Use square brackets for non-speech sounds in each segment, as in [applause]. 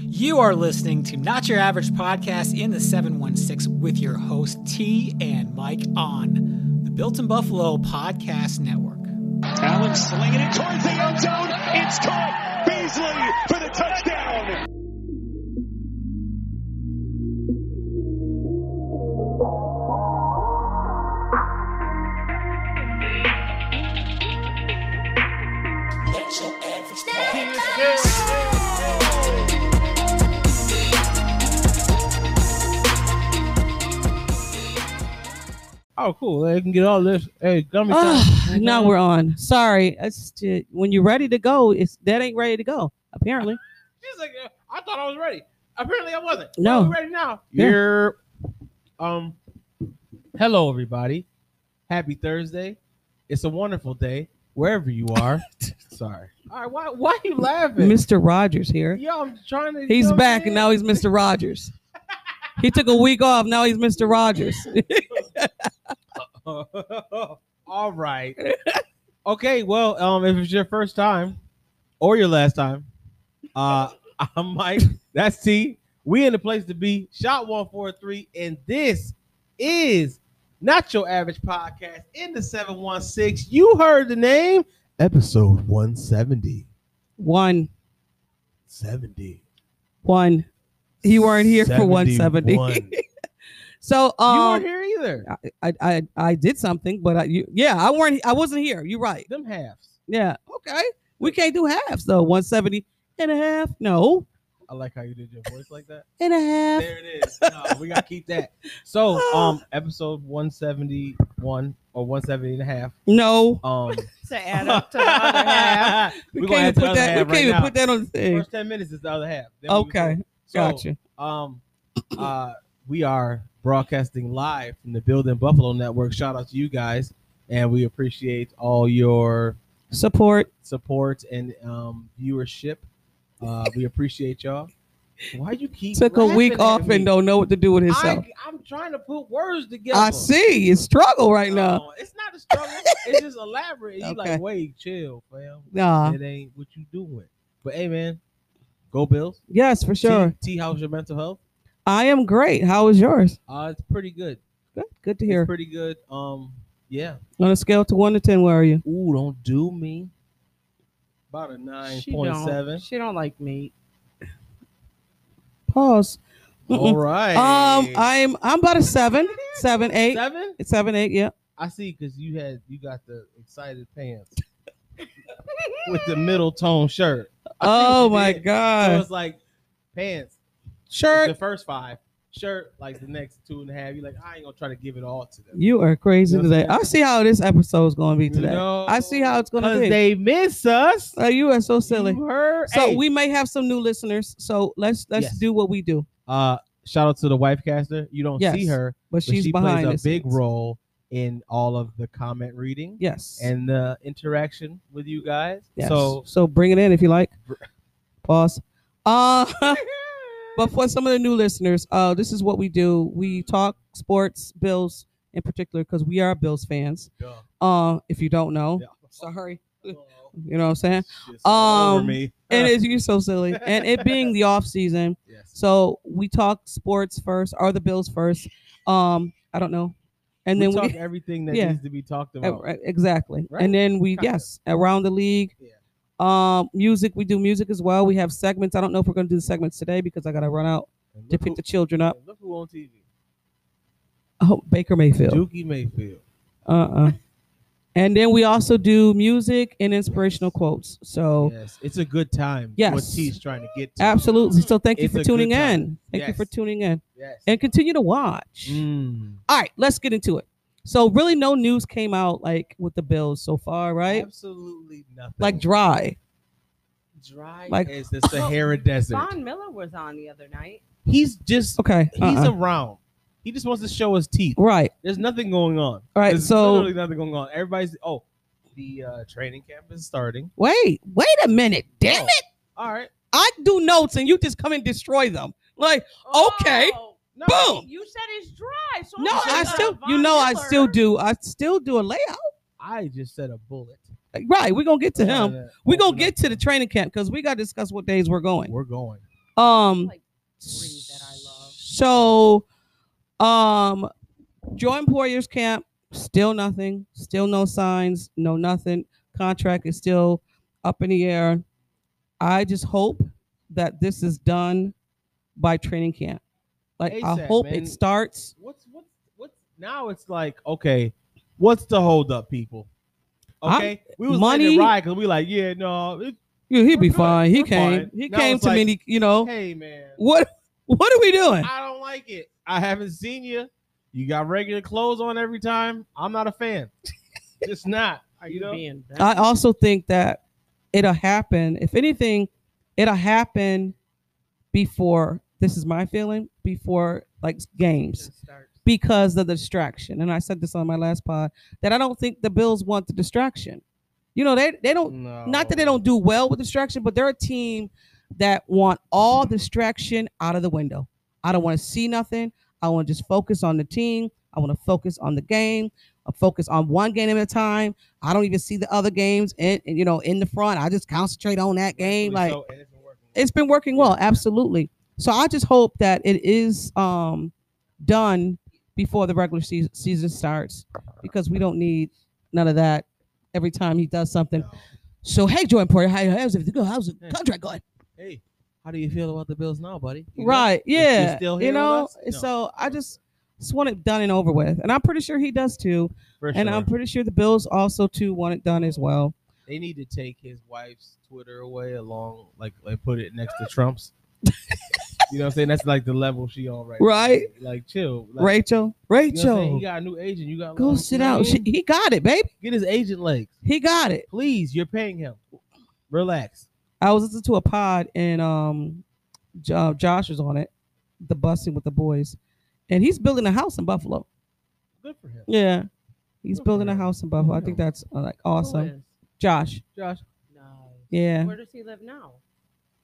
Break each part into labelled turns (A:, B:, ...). A: You are listening to Not Your Average Podcast in the 716 with your host T and Mike on the Built in Buffalo Podcast Network.
B: Allen slinging it towards the end zone. It's caught. Beasley for the touchdown.
C: Oh, cool. They can get all this. Hey, gummy time.
D: Ugh, Ah, now we're on. Sorry, it's ju- when you're ready to go, it's that ain't ready to go. Apparently,
C: She's like, "Uh, I thought I was ready. Apparently, I wasn't.
D: No.
C: Are we ready now.
D: Yeah.
C: You're. Um. Hello, everybody. Happy Thursday. It's a wonderful day wherever you
D: [laughs]
C: are. Sorry. All right. Why? Why are you laughing?
D: Mr. Rogers here.
C: Yo, I'm trying to. you know
D: He's
C: what
D: back,
C: I'm
D: and now he's Mr. Rogers. He took a week off. Now he's Mr. Rogers. [laughs]
C: saying? [laughs] all right. Okay. Well, um, if it's your first time or your last time, uh, [laughs] I'm Mike. That's T. We in the place to be. Shot one four three, and this is not your average podcast in the seven one six. You heard the name. Episode 170.
D: one,
C: 70.
D: one. You weren't here for 170.
C: 71. you
D: [laughs] So,
C: weren't
D: um,
C: here either.
D: I, I, I did something, but I, you, yeah, I weren't. I wasn't here. You're right.
C: Them halves.
D: Yeah. Okay. We can't do halves though. 170 and a half. No,
C: I like how you did your voice like that.
D: and a half.
C: There it is. No, we gotta keep that.
E: [laughs]
C: So, um, episode 171 or 170 and a half.
D: No.
C: Um,
E: [laughs] to add up to the other half.
C: [laughs] We're
D: we
C: gonna
D: can't
C: add to the other
D: even put that. We
C: half
D: can't
C: right
D: even
C: now.
D: put that on the thing.
C: First 10 minutes is the other half. Then we can
D: Okay,
C: go. So,
D: gotcha.
C: Um, uh, we are broadcasting live from the Building Buffalo Network. Shout out to you guys, and we appreciate all your
D: Support.
C: support and um viewership. Uh, we appreciate y'all. Why you keep
D: Took a
C: laughing
D: week
C: at
D: off
C: me?
D: and don't know what to do with himself.
C: I, I'm trying to put words together.
D: I, see. It's struggle right now.
C: No, it's not a struggle. it's just elaborate. You
D: Okay.
C: like, wait, chill, fam.
D: Nah.
C: it ain't what you doing. But hey, man, go Bills.
D: Yes, for sure.
C: T, T, how's your mental health?
D: I am great. How is yours?
C: Uh, it's pretty good.
D: Good. Good to
C: It's
D: hear.
C: pretty good. Um, yeah.
D: On a scale to one to ten, where are you?
C: Ooh, don't do me. About a nine
E: She
C: point
E: don't-
C: seven.
E: She don't like meat.
D: Pause. Mm-mm.
C: All right.
D: [laughs] Um, I'm I'm about a seven, seven, eight,
C: seven.
D: seven, eight. Yeah.
C: I see, because you had you got the excited pants [laughs] with the middle tone shirt. I see what
D: Oh
C: you
D: my
C: did. So
D: God.
C: it's like pants. the
D: Shirt.
C: first five shirt like the next two and a half you're like i ain't gonna try to give it all to them
D: You are crazy
C: You know what I'm
D: today. I see how this episode's gonna be today. I see how it's gonna be.
C: they miss us
D: Oh, you are so silly.
C: You heard?
D: So
C: Hey,
D: we may have some new listeners. So let's let's
C: Yes.
D: do what we do.
C: uh shout out to the wife caster you don't
D: Yes,
C: see her
D: But
C: but
D: she's
C: she
D: behind
C: plays
D: the
C: a big
D: scenes.
C: role in all of the comment reading
D: Yes.
C: and the interaction with you guys
D: yes.
C: so
D: So so bring it in if you like. Pause. Uh [laughs] but for some of the new listeners, uh this is what we do. We talk sports, Bills in particular because we are Bills fans.
C: Yeah.
D: Uh if you don't know.
C: Yeah.
D: Sorry. You
C: Oh,
D: know what I'm saying?
C: shit's all over
D: Um,
C: me. Uh,
D: And it's you're so silly. And it being the off season,
C: yes.
D: so we talk sports first, or the Bills first. Um, I don't know. And
C: we
D: then
C: talk
D: we
C: everything that
D: Yeah.
C: needs to be talked about
D: Uh, exactly.
C: Right?
D: And then we
C: Kinda.
D: yes, around the league.
C: Yeah.
D: Um, music. We do music as well. We have segments. I don't know if we're gonna do the segments today because I gotta run out
C: And
D: to
C: look
D: pick
C: who-
D: the children up.
C: and look who on tv
D: Oh, Baker Mayfield.
C: dookie mayfield
D: Uh uh And then we also do music and inspirational quotes. So
C: Yes, it's a good time. What
D: Yes.
C: T's trying to get to.
D: absolutely. So thank you
C: It's
D: for
C: a good
D: tuning
C: time.
D: in. Thank you
C: Yes.
D: for tuning in
C: Yes.
D: and continue to watch.
C: Mm,
D: All right, let's get into it. So really, no news came out like with the Bills so far, right?
C: Absolutely nothing.
D: Like dry.
C: dry
D: like- Oh,
C: as the Sahara Desert.
E: Von Miller was on the other night.
C: He's just
D: Okay.
C: he's
D: uh-uh.
C: around. He just wants to show his teeth.
D: right.
C: There's nothing going on.
D: All right,
C: There's
D: so-
C: literally nothing going on. Everybody's oh, the uh, training camp is starting.
D: Wait, wait a minute. Damn
C: Oh,
D: it.
C: All right.
D: I do notes and you just come and destroy them. Like, Okay.
E: Oh,
C: No,
D: boom.
E: you said it's dry. So
D: No,
E: I'm
D: I
E: like, uh,
D: still,
E: Von
D: you know, I
E: Miller?
D: still do. I still do a layout.
C: I just said a bullet
D: Like, Right. We're going to get to him.
C: Uh,
D: We're going
C: open
D: to get to the training camp because we got to discuss what days we're
C: up.
D: going.
C: We're going.
D: Um,
E: Like three that I love.
D: So, um, Jordan Poirier's camp still nothing, still no signs, no nothing. Contract is still up in the air. I just hope that this is done by training camp. Like I
C: ASAP,
D: hope
C: man.
D: it starts.
C: What's what's what's now? It's like okay, what's the hold up, people?
D: I'm-
C: Okay, we was
D: money-
C: letting it ride because we like, yeah, no, it,
D: Yeah, he'd be
C: We're good.
D: fine. He
C: We're
D: came.
C: fine.
D: He
C: Now
D: came
C: it's
D: to
C: like,
D: many. You know
C: hey man,
D: Oh. what? What are we doing?
C: I don't like it. I haven't seen you. You got regular clothes on every time. I'm not a
D: [laughs]
C: fan. Just not.
E: Are
C: You
E: you
C: know?
E: being
D: I also think that it'll happen. If anything, it'll happen before. This is my feeling before like games because of the distraction. And I said this on my last pod that I don't think the Bills want the distraction. You know, they they don't
C: No.
D: Oh, not that they don't do well with distraction, but they're a team that want all distraction out of the window. I don't want to see nothing. I want to just focus on the team. I want to focus on the game. I focus on one game at a time. I don't even see the other games in, in, you know in the front. I just concentrate on that game. Like
C: So, and it's been working.
D: it's been working well, absolutely. So I just hope that it is um done before the regular season season starts because we don't need none of that every time he does something.
C: No.
D: So hey, Jordan Porter, how, how's everything going? How's the
C: Hey.
D: contract going?
C: Hey, how do you feel about the Bills now, buddy? You know?
D: Right,
C: You're
D: yeah,
C: still
D: you
C: here with
D: know.
C: us? No.
D: So I just just want it done and over with, and I'm pretty sure he does too,
C: For sure.
D: and I'm pretty sure the Bills also too want it done as well.
C: they need to take his wife's Twitter away along, like, like put it next to
D: [laughs]
C: Trump's. you know what I'm saying? That's like the level she on right. now.
D: Right.
C: Like chill. Like,
D: Rachel,
C: you know what I'm saying?
D: Rachel,
C: he got a new agent. You got
D: go
C: long-
D: sit
C: you know what
D: down.
C: I
D: She,
C: mean?
D: he got it, baby.
C: Get his agent legs,
D: He got it.
C: please. You're paying him. Relax.
D: I was listening to a pod and um, J- uh, Josh was on it, the busing with the boys, and he's building a house in Buffalo.
C: Good for him.
D: Yeah, he's
C: Good for
D: building a
C: him.
D: house in Buffalo. I think
C: Yeah.
D: that's uh, like awesome. Josh,
C: Josh,
D: yeah,
E: Where does he live now?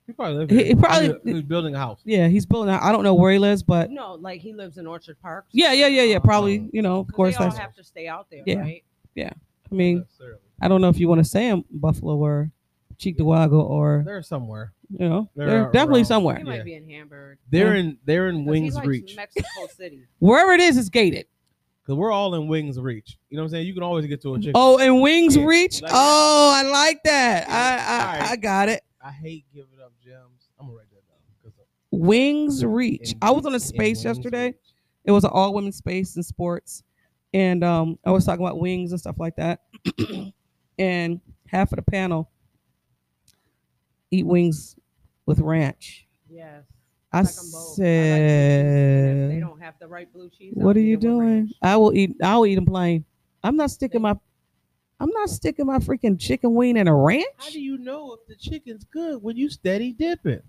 C: he probably lived
D: He-
C: here.
D: he probably-
C: he was building a house.
D: yeah, he's building. A, I don't know where he lives, but
E: No, like he lives in Orchard Park.
D: yeah, yeah, yeah, yeah. Probably,
C: Um,
D: you know, of
E: Of
D: course.
E: They all
D: That's,
E: have to stay out there,
D: Yeah.
E: right?
D: I mean,
C: Necessarily.
D: I don't know if you want to say him Buffalo or Cheektowaga or
C: They're somewhere.
D: you know,
C: They're
D: they're,
C: out
D: definitely
C: around-
E: He
D: somewhere.
C: Yeah.
E: might be in Hamburg.
C: They're in. They're in
E: 'Cause he
C: Wings
E: likes
C: reach.
D: [laughs]
E: Mexico City.
D: Wherever it is, it's gated.
C: Cause we're all in Wings reach. You know what I'm saying? You can always get to a chicken.
D: Oh, and Wings
C: Yeah.
D: Reach.
C: Like-
D: oh, I like that.
C: Yeah.
D: I I,
C: Alright.
D: I got it.
C: I hate giving up gems. I'm gonna write that down. 'cause
D: Wings Reach.
C: in-
D: I was on a
C: in Wings
D: space yesterday.
C: Reach.
D: It was an all women space in sports. And um, I was talking about wings and stuff like that. [clears throat] and half of the panel eat wings with ranch.
E: Yes.
D: I
E: like 'em both. I like blue cheese, and if
D: said,
E: They don't have the right blue cheese.
D: What
E: I'll
D: are
E: eat
D: you
E: it with
D: doing?
E: ranch.
D: I will eat I'll eat them plain. I'm not sticking my I'm not sticking my freaking chicken wing in a ranch.
C: How do
D: You,
C: you know if the chicken's good when you steady dipping?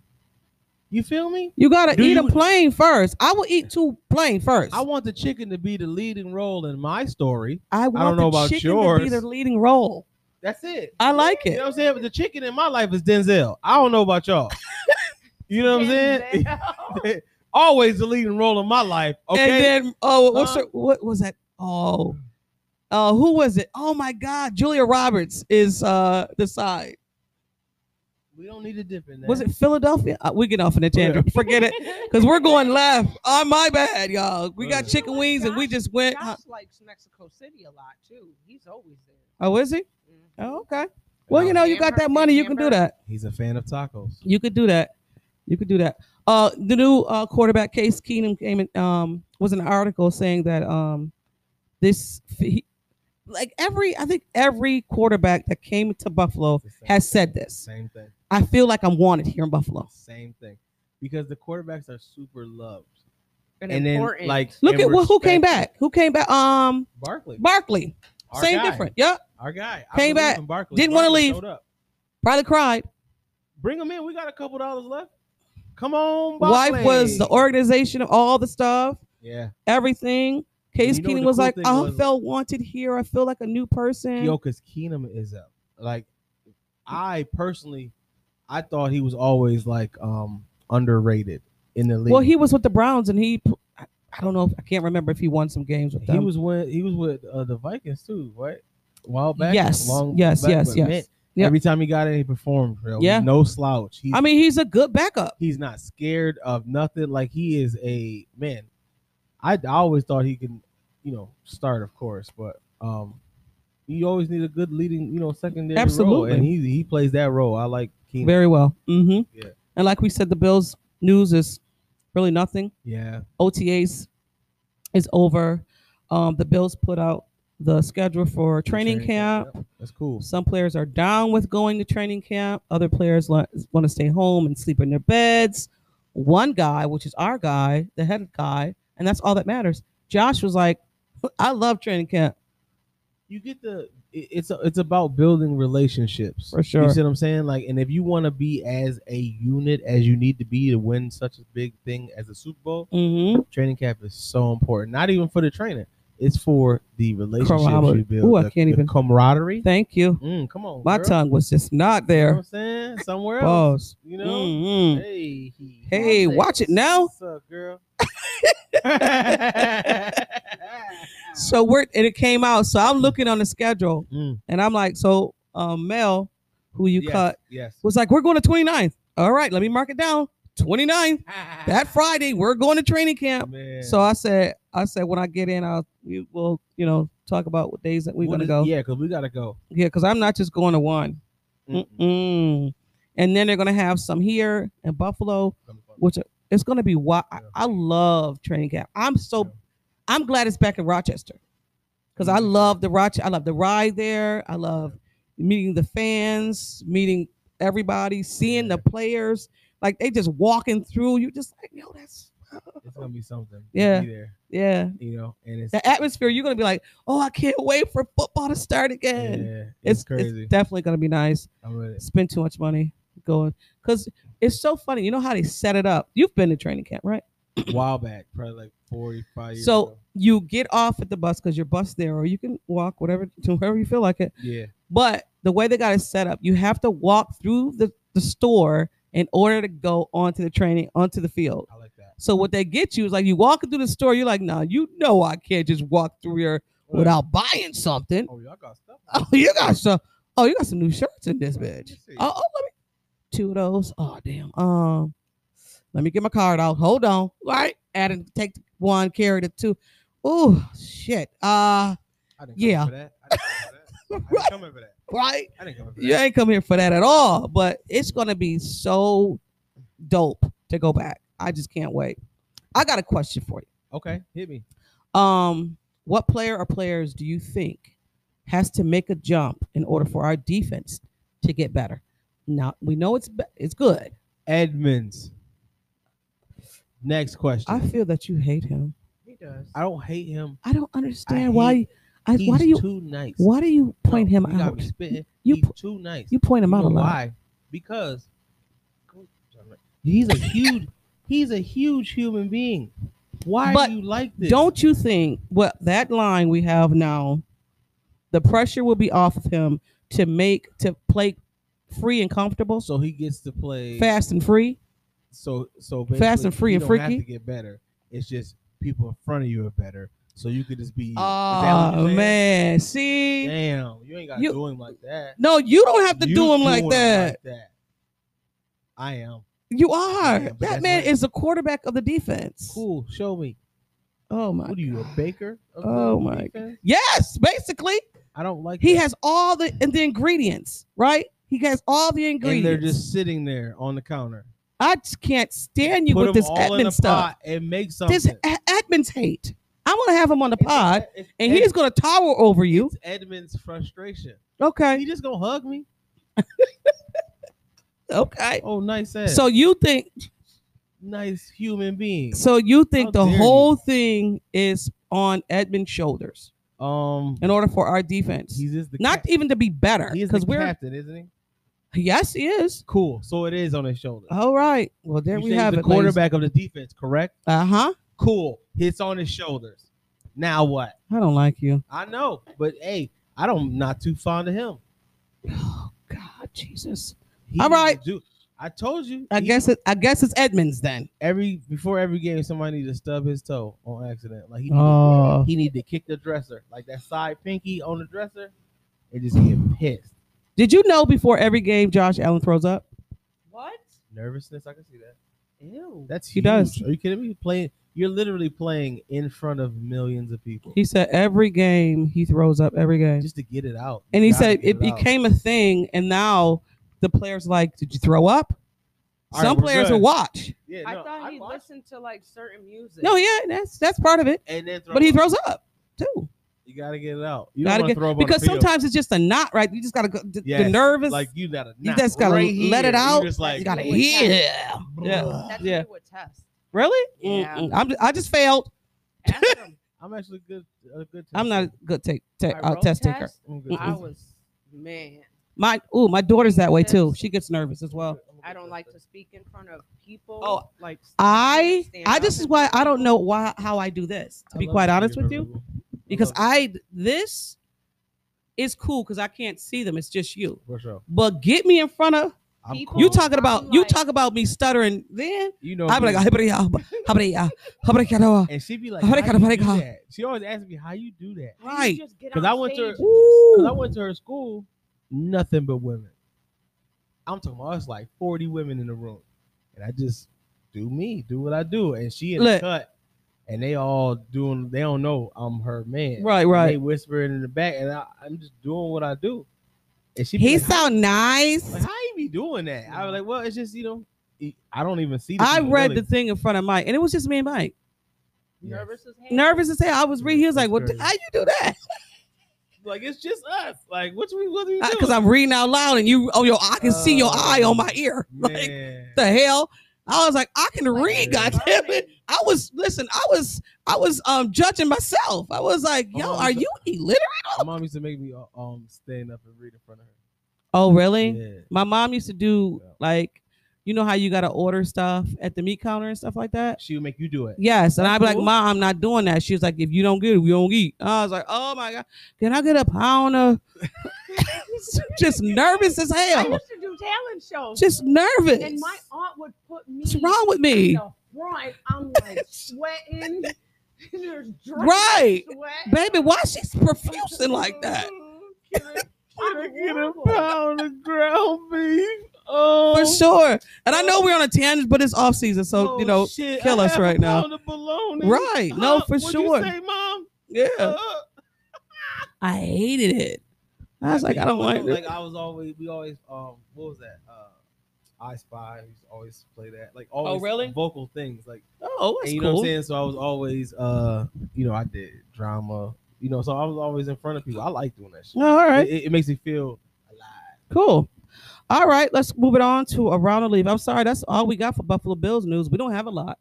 C: You feel me?
D: gotta
C: Do
D: eat
C: you-
D: them plain first. I will eat two plain first.
C: I want the chicken to be the leading role in my story.
D: I want
C: don't know
D: the
C: about
D: chicken to be
C: yours.
D: the leading role.
C: That's it.
D: I like
C: You know
D: it.
C: what I'm saying? The chicken in my life is Denzel. I don't know about
D: [laughs]
C: y'all. You know what I'm
E: Denzel.
C: saying? [laughs] Always the leading role in my life.
D: And
C: Okay. Uh-huh.
D: then oh, what's
C: Huh?
D: her, what was that? Oh, uh, who was it? Oh my God, Julia Roberts is uh the side.
C: we don't need to dip in that.
D: Was it Philadelphia? Uh, we get off
C: Oh,
D: on a tangent.
C: [laughs]
D: Forget it, cause we're going left. Oh my bad, y'all. We got
C: Oh, Yeah.
D: chicken wings and we just went.
E: Josh likes Mexico City a lot too. He's always there.
D: Oh, is he?
E: Mhm.
D: Oh, okay. Well, you know, you got that money, you can do that.
C: He's a fan of tacos.
D: You could do that. You could do that. Uh, the new uh, quarterback Case Keenum came in. Um, was an article saying that um, this he, like every I think every quarterback that came to Buffalo
C: It's the same
D: has said
C: thing.
D: this. Oh.
C: Same thing.
D: I feel like I'm wanted here in Buffalo.
C: Same thing. Because the quarterbacks are super loved.
E: And,
C: And then
E: important.
C: like
D: Look
C: and
D: at what, who came
C: respected.
D: back. Who came back? Um,
C: Barkley.
D: Barkley.
C: Our
D: Same
C: guy.
D: different. Yep.
C: Our guy I believe
D: Came back.
C: in Barkley.
D: Didn't wanna
C: Barkley
D: leave.
C: showed up.
D: Probably cried.
C: Bring him in. We got a couple dollars left. Come on, Barkley.
D: Wife was the organization of all the stuff.
C: yeah.
D: everything. Case
C: You know what
D: Keenan
C: the
D: was
C: cool
D: like,
C: thing
D: I
C: was-
D: felt wanted here. I feel like a new person.
C: Yo, because Keenum is up. Like, I personally, I thought he was always like um underrated in the league.
D: well, he was with the Browns, and he, I I don't know, if, I can't remember if he won some games with
C: he
D: them.
C: was with he was with uh, the Vikings too, right? A while back.
D: Yes,
C: long
D: yes,
C: back,
D: yes,
C: but
D: yes.
C: man,
D: Yep.
C: Every time he got in, he performed. Bro.
D: Yeah.
C: no slouch. He's,
D: I mean, he's a good backup.
C: he's not scared of nothing. Like he is a man. I, I always thought he can, you know, start of course, but um, you always need a good leading, you know, secondary role,
D: Absolutely.
C: and he he plays that role. I like Keenan.
D: Very well. hmm
C: Yeah.
D: And like we said, the Bills news is really nothing.
C: yeah,
D: OTAs is over. Um, the Bills put out the schedule for training camp.
C: Yep, That's cool.
D: Some players are down with going to training camp. Other players want to stay home and sleep in their beds. One guy, which is our guy, the head guy, and that's all that matters. Josh was like, "I love training camp
C: you get the it- it's it's about building relationships
D: For sure.
C: You see what I'm saying? Like, and if you want to be as a unit as you need to be to win such a big thing as a Super Bowl,
D: mm-hmm.
C: training camp is so important. Not even for the training; it's for the relationships
D: Camaraderie.
C: you build.
D: Ooh, I
C: the-
D: can't
C: the
D: even-
C: camaraderie.
D: Thank you."
C: Mm, come on,
D: My
C: girl.
D: tongue was just not
C: You know what
D: there.
C: I'm saying somewhere else.
D: Balls.
C: You know?
D: Mhm.
C: Hey,
D: Hey, watch it now.
C: What's up, girl? [laughs]
D: So we're and it came out. So I'm looking on the schedule
C: Mm,
D: and I'm like, so um, Mel, who you
C: yes,
D: cut,
C: Yes.
D: was like, we're going to 29th. All right, let me mark it down. 29th.
C: Ah.
D: That Friday, we're going to training camp.
C: Man.
D: So I said, I said, when I get in, I'll we will, you know, talk about what days that we're
C: What
D: gonna
C: is-
D: go.
C: Yeah, because we gotta go. Mm,
D: Yeah, because I'm not just going to one. Mm.
C: Mm-mm.
D: Mm-mm. And then they're gonna have some here in Buffalo, which are- it's gonna be why I,
C: Yeah.
D: I love training camp. I'm so
C: Yeah.
D: I'm glad it's back in Rochester because I
C: Mhm.
D: love the Roch. I love the ride there. I love meeting the fans, meeting everybody, seeing the players. Like they just walking through, you just like, yo, that's
C: It's gonna be something. to
D: Yeah.
C: be there,
D: yeah.
C: you know, and it's
D: The atmosphere, you're gonna be like, oh, I can't wait for football to start
C: yeah,
D: again.
C: it's,
D: it's, it's
C: crazy.
D: definitely gonna be nice.
C: I'm with it.
D: Spend too much money going because it's so funny. You know how they set it up. You've been to training camp, right?
C: A while back, probably like 45 years
D: So
C: ago.
D: you get off at the bus because your bus there, or you can walk whatever [laughs] to wherever you feel like it.
C: Yeah,
D: But the way they got it set up, you have to walk through the, the store in order to go onto the training, onto the field.
C: I like that.
D: So what they get you is like you walking through the store, you're like, nah, you know I can't just walk through here
C: What?
D: without buying something.
C: Oh, y'all got stuff.
D: Oh, you got some oh, you got some new shirts in this
C: Let
D: bitch.
C: me see.
D: Oh, oh, let me two of those. Oh damn. Um let me get my card out. Hold on. Right? Add and take one, carry the two. Oh shit. Uh [laughs]
C: I didn't
D: yeah.
C: come in for that. I didn't come in for that. I didn't come in for that.
D: right.
C: I didn't come in for that.
D: you ain't come here for that at all. But it's gonna be so dope to go back. I just can't wait. I got a question for you.
C: Okay, hit me.
D: Um, what player or players do you think has to make a jump in order for our defense to get better? Now we know it's be- it's good.
C: Edmonds. Next question.
D: I feel that you hate him.
E: He does.
C: I don't hate him.
D: I don't understand
C: I
D: why.
C: hate-
D: I,
C: He's
D: why do you
C: too nice.
D: why do you point
C: No,
D: him
C: you gotta
D: out?
C: be spitting.
D: You
C: He's
D: po-
C: too nice.
D: You point him
C: You
D: out a
C: know
D: lot.
C: why? Because he's a huge, he's a huge human being. Why
D: But
C: do you like this?
D: Don't you think what that line we have now, the pressure will be off of him to make to play free and comfortable,
C: so he gets to play
D: fast and free?
C: So so
D: Fast
C: basically,
D: and free
C: you
D: and
C: don't
D: freaky?
C: Have to get better. It's just people in front of you are better, so you could just be. is that what
D: Oh
C: you're saying?
D: man, see,
C: Damn, you ain't got to
D: You-
C: do him like that.
D: no, you don't have to
C: You
D: do him like
C: doing
D: that.
C: that. I am
D: You are
C: Yeah, but
D: that
C: that's
D: man
C: not-
D: is the quarterback of the defense.
C: cool. Show me.
D: Oh my,
C: What are you, a
D: God.
C: baker? of the
D: Oh, my
C: defense?
D: yes, basically
C: I don't like.
D: he
C: that.
D: has all the and the ingredients, right? He has all the
C: And
D: ingredients.
C: they're just sitting there on the counter.
D: I just can't stand you
C: Put
D: with
C: them
D: this
C: all in
D: admin
C: a
D: stuff.
C: pot and make something.
D: this a- admins hate. I'm gonna have him on the
C: It's-
D: pod,
C: it's
D: and he's
C: Ed-
D: gonna tower over you.
C: it's Edmund's frustration.
D: Okay,
C: He just gonna hug me.
D: okay.
C: Oh, nice ass.
D: So you think?
C: nice human being.
D: So you think
C: How
D: the
C: dare
D: whole thing is on Edmund's shoulders
C: Um,
D: in order for our defense,
C: he's just the
D: not
C: cap-
D: even to be better,
C: he is
D: because
C: the
D: we're
C: captain, isn't he?
D: yes, he is.
C: Cool. So it is on his shoulder.
D: All right. Well, Uh-huh. there
C: You
D: we
C: say
D: have
C: he's
D: it.
C: the quarterback of the defense, correct?
D: Uh huh.
C: Cool. It's on his shoulders. Now what?
D: I don't like you.
C: I know, but hey, I don't not too fond of him.
D: Oh God, Jesus.
C: He
D: All right.
C: is a Dude, I told you.
D: I
C: he-
D: guess it. I guess it's Edmonds then.
C: every before every game, somebody need to stub his toe on accident. Like he need,
D: Oh.
C: he need to kick the dresser, like that side pinky on the dresser, and just get pissed.
D: Did you know before every game Josh Allen throws up?
E: What?
C: Nervousness, I can see that.
E: Ew.
C: That's
D: He
C: huge.
D: does.
C: Are you kidding me? Playing, you're literally playing in front of millions of people
D: He said every game he throws up every game.
C: just to get it out.
D: And he
C: You gotta
D: said
C: get
D: it
C: out.
D: became a thing and now the players like, Did you throw up?
C: All right,
D: Some
C: we're
D: players
C: good.
D: will watch.
C: Yeah,
E: I
C: no,
E: thought he
C: watched
E: listened to like certain music.
D: No, yeah, that's that's part of it.
C: and then throw
D: But he
C: up.
D: throws up too.
C: You gotta get it out. You
D: Gotta
C: don't want
D: get-
C: to throw up on the
D: Because
C: field.
D: sometimes it's just a knot, right? You just gotta go the, the
C: Yes,
D: nervous.
C: like you gotta,
D: you
C: knock
D: just gotta
C: right
D: let
C: here.
D: it out.
C: You just like
D: you gotta
E: Yeah.
D: hear.
C: Yeah.
E: That's
D: Yeah.
E: yeah. what test.
D: Really?
E: Yeah.
D: Mm-mm. I'm, I just failed.
E: Ask him.
C: I'm actually good. A good.
D: I'm not a good take, take
E: I
D: uh,
E: wrote
D: test taker.
C: I'm good.
E: I
D: Mm-mm.
E: was man.
D: My ooh, my daughter's that way too. She gets nervous as well.
E: I don't like to speak in front of people.
D: Oh,
E: like
D: I
E: stand
D: I
E: up
D: this is
E: and-
D: why I don't know why how I do this. To be quite honest with you, because
C: love
D: I this is cool because I can't see them. It's just you.
C: For sure.
D: But get me in front of
C: I'm
E: People-
C: cool.
D: you talking about you
E: like-
D: talking about me stuttering. Then
C: You know.
D: I'm
C: me.
D: like, "Ah, hibari, ah, hibari, ah, hibari, kadawa."
C: and she be like,
D: How
C: how
D: they gotta-
C: you
D: how they
C: do
D: gotta-
C: that? She always asks me how you do that.
E: How do you
D: right.
E: just get
C: 'Cause
E: on
C: I went to-
E: stage?
C: Cause I
D: Ooh.
C: went to her school, nothing but women. I'm talking about it's like 40 women in the room, and I just do me, do what I do, and she in
D: Look.
C: the cut, and they all doing. They don't know I'm her man.
D: Right,
C: And They
D: right.
C: whispering in the back, and I, I'm just doing what I do. And she be
D: He
C: like, how,
D: sound nice.
C: like, how you be doing that? I was like, well, it's just you know, e, I don't even see.
D: I
C: people,
D: read
C: really.
D: the thing in front of Mike, and it was just me and Mike.
C: Yes.
E: Nervous as hell.
D: nervous as hell. I was reading. He was like, "What?
C: That's
D: how you do that?"
C: Like it's just us. Like what do we what do we do?
D: Because I'm reading out loud, and you, oh, yo, I can see your eye on my ear. [laughs] Like
C: Man.
D: the hell. I was like, I can
E: Like,
D: read.
C: Yeah.
D: Oh God damn it! I was listen. I was I was um judging myself. I was like,
C: My
D: yo,
C: mom
D: are
C: used to-
D: you illiterate?
C: My mom used to make me uh, um stand up and read in front of her.
D: Oh, really?
C: Yeah.
D: My mom used to do
C: Yeah.
D: like, you know how you gotta order stuff at the meat counter and stuff like that.
C: She would make you do it.
D: Yes, and I'd be like,
C: Cool.
D: "Mom, I'm not doing that." She was like, "If you don't get it, we don't eat." I was like, "Oh my god, can I get a pound of?" [laughs] just nervous as
E: I
D: hell.
E: used to do talent shows.
D: Just nervous.
E: and my aunt would put me
D: What's wrong with
E: in
D: me?
E: the front. I'm like
D: [laughs]
E: sweating. [laughs] There's drinks,
D: Right.
E: sweat.
D: Baby, why she's profusing like that?
E: Mm-hmm.
C: [laughs]
E: I'm horrible.
C: pound of ground beef? Oh,
D: For sure. And I know we're on a tangent, but it's off season, so
C: Oh,
D: you know,
C: shit,
D: kill
C: I
D: us
C: have a
D: right now.
C: pound of bologna.
D: right? No,
C: Huh?
D: for
C: What'd you
D: sure.
C: say, mom?
D: yeah,
C: Uh,
D: I hated it. I was like, I don't like
C: Like
D: it.
C: I was always, we always, um, what was that? Uh, I Spy. We used to always play that. Like always,
D: Oh, really?
C: Vocal things like.
D: Oh,
C: And
D: that's
C: you know
D: cool.
C: what I'm saying? So I was always uh you know, I did drama, you know, so I was always in front of people. I like doing that shit.
D: All right,
C: It, it, it makes me feel
D: cool. All right, let's move it on to around the leaf. I'm sorry, that's all we got for Buffalo Bills news. We don't have a lot.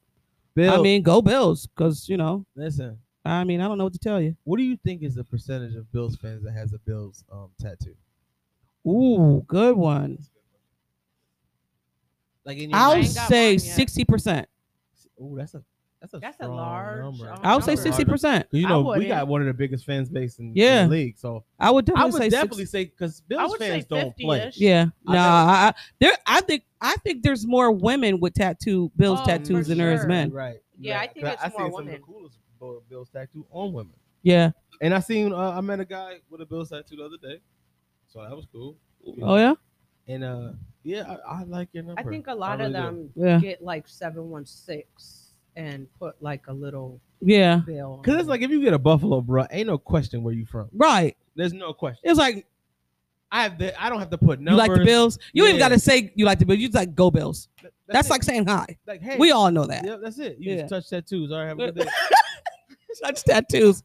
C: Bill,
D: I mean, go Bills, because you know,
C: listen,
D: I mean, I don't know what to tell you.
C: what do you think is the percentage of Bills fans that has a Bills um tattoo?
D: Ooh, good one.
C: Like in your
E: I
D: I'll
E: ain't
C: mind?
E: got
D: say
E: mine yet.
D: sixty percent.
C: Ooh, that's a that's a
E: That's a
C: strong
E: large,
C: number.
E: um,
D: I would say
E: Number.
D: sixty percent.
C: 'Cause You
E: I
C: know, we
E: wouldn't.
C: got one of the biggest fan base in, in
D: Yeah.
C: the league. So
D: I would
C: I
D: definitely
C: would
D: say
C: definitely say because
E: I
C: Bills
E: would
C: fans
E: say
C: don't play.
E: 50-ish.
D: Yeah,
C: I
D: no, I, I there. I think I think there's more women with tattoo Bills
E: Oh,
D: tattoos
E: for
D: than there is
E: sure.
D: men.
C: Right.
E: Yeah,
C: right.
E: I think
C: 'Cause
E: it's
C: I,
E: more
C: seen some of the
E: women.
C: coolest Bill- Bills tattoo on women.
D: Yeah.
C: And I seen uh, I met a guy with a Bills tattoo the other day, so that was cool.
D: Oh yeah.
C: And uh, yeah, I, I like your number.
E: I think a lot of
C: really do.
E: them
D: Yeah.
E: get like seven one six and put like a little
D: Yeah.
E: bill. on
C: Cause it's
E: it.
C: like if you get a Buffalo, bro, ain't no question where you from.
D: Right.
C: There's no question.
D: It's like
C: I have the, I don't have to put
D: you
C: numbers.
D: like the Bills. You ain't
C: Yeah.
D: even got to say you like the Bills. You just like go Bills.
C: That-
D: That's
C: it.
D: like saying hi.
C: like hey,
D: We all know that.
C: Yeah, that's it. You
D: Yeah.
C: just touch tattoos. All right, have a good day.
D: Such tattoos.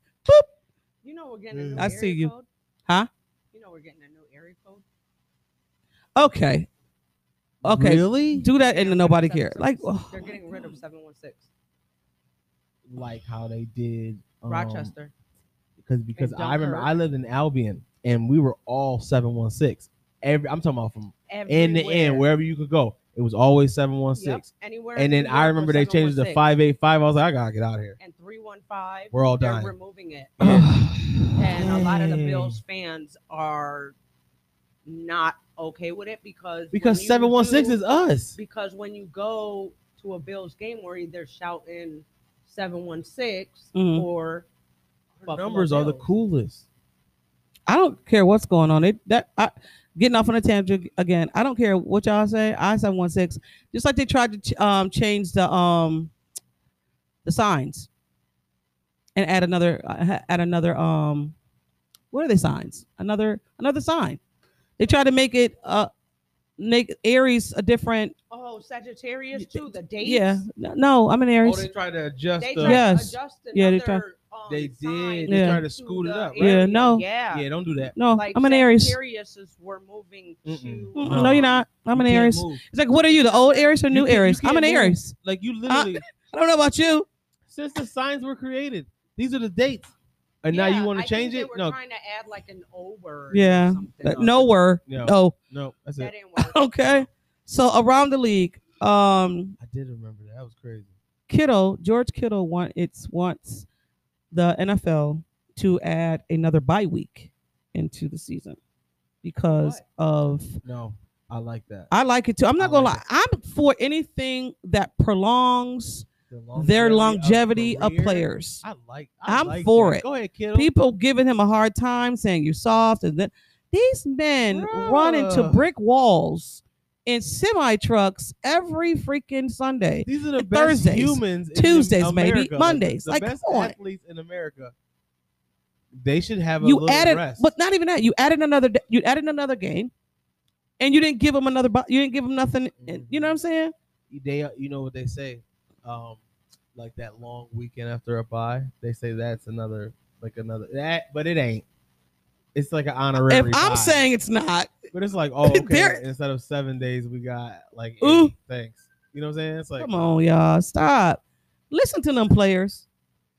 E: you know we're
C: Mm.
E: getting. A new
D: I
E: area
D: see you.
E: Code?
D: Huh?
E: You know we're getting a new area code.
D: Okay. Okay.
C: really?
D: Do that and
E: They're
D: then nobody
E: getting rid
D: care.
E: of
D: Like
E: 716.
D: oh,
E: they're getting rid of seven one six.
C: Like how they did um,
E: Rochester.
C: because because
E: And
C: I remember
E: Dunkirk.
C: I lived in Albion and we were all seven one six. Every I'm talking about from
E: Everywhere.
C: end to end, wherever you could go, it was always seven one
E: Yep,
C: six.
E: Anywhere. in
C: And then
E: New
C: I
E: York
C: remember
E: was
C: they changed it to
E: 716.
C: five eight five. I was like, I gotta get out of here.
E: and three one five.
C: We're all
E: They're
C: dying.
E: removing
C: [sighs]
E: it.
D: and
E: and a lot of the
C: Dang.
E: Bills fans are not okay with it because when
C: Because
E: you
C: seven one six
E: do-
C: is us.
E: because when you go to a Bills game where they're shouting seven one six
D: Mhm.
E: or
C: Numbers are the coolest.
D: I don't care what's going on. It that I getting off on a tangent again. I don't care what y'all say. I seven one six. Just like they tried to ch- um change the um the signs and add another uh, ha- add another um what are they signs? Another another sign. They tried to make it uh make Aries a different.
E: Oh, Sagittarius too. The dates.
D: Yeah. No- No, I'm an
C: Oh,
D: Aries.
C: they tried to adjust
E: They
C: the.
E: tried
D: Yes.
E: to adjust another.
D: Yeah, they
E: um,
C: They did.
E: sign
D: They tried
C: to
E: to
C: scoot it
E: the
C: up, right?
D: Yeah,
E: area.
D: no.
E: Yeah.
C: Yeah, don't do that.
D: no,
E: Like
D: I'm an Aries.
E: Sagittariuses were moving to.
C: Mm-mm.
D: Mm,
C: No.
D: No, you're not. I'm
C: You
D: an
C: can't
D: Aries.
C: move.
D: It's like, what are you, the old Aries or
C: You
D: new
C: can't- you
D: Aries? I'm
C: can't
D: an
C: move.
D: Aries.
C: Like you literally,
D: I don't know about you.
C: since the signs were created, these are the dates, and now
E: Yeah,
C: you want
E: I
C: to
E: think
C: change
E: they
C: it?
E: were
C: No,
E: Trying to add like an O word. or
D: Yeah.
E: something.
C: That-
D: No, were
C: no,
D: no.
C: no, that's
E: That
C: it.
E: didn't work.
D: [laughs] Okay. So around the league, um,
C: I did remember that. That was crazy.
D: Kittle, George Kittle want it's wants the NFL to add another bye week into the season because
E: What?
D: of
C: No, I like that.
D: I like it too. I'm not
C: I
D: gonna
C: like
D: lie. I'm for anything that prolongs
C: The
D: their longevity of,
C: career,
D: players.
C: I like. I
D: I'm
C: like
D: for
C: that.
D: it.
C: Go ahead, kiddo.
D: People giving him a hard time, saying you soft, and then these men run into
C: Bruh.
D: brick walls in semi trucks every freaking Sunday.
C: These are the
D: And
C: best
D: Thursdays,
C: humans. in
D: Tuesdays,
C: America.
D: maybe,
C: Like, the-
D: Mondays.
C: The
D: Like,
C: best
D: come on.
C: athletes in America. They should have a
D: you
C: little
D: added,
C: rest.
D: but not even that. You added another. d- You added another game, and you didn't give them another. bo- You didn't give them nothing.
C: Mm.
D: and- You know what I'm saying?
C: they, you know what they say, um, like that long weekend after a bye. They say that's another, like another that, but it ain't. It's like an honorary. bye.
D: If I'm saying it's not,
C: but it's like,
D: [laughs]
C: oh, okay.
D: They're-
C: Instead of seven days, we got like
D: Ooh.
C: eight. Thanks. You know what I'm saying? It's like,
D: come on, y'all, stop. Listen to them players.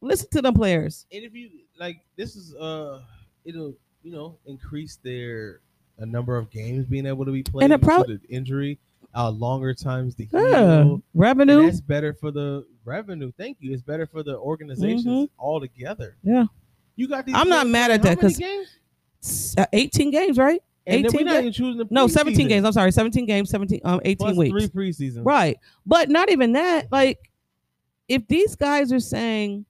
D: Listen to them players.
C: and if you like this is uh it'll you know increase their a number of games being able to be played
D: it
C: due to
D: prob-
C: the injury uh longer times to heal
D: Yeah,
C: and
D: revenue.
C: that's better for the revenue thank you it's better for the organizations
D: Mhm.
C: all together
D: Yeah.
C: you got these
D: I'm not
C: players
D: mad
C: playing
D: at that
C: how many
D: 'cause-
C: games?
D: S- uh, 18 games, right?
C: and then we're
D: 18
C: not
D: ga-
C: even choosing the
D: No, 17
C: preseason.
D: games. I'm sorry, 17 games, 17, um, 18
C: Plus
D: weeks.
C: three preseasons
D: Right. But not even that. Like, if these guys are saying,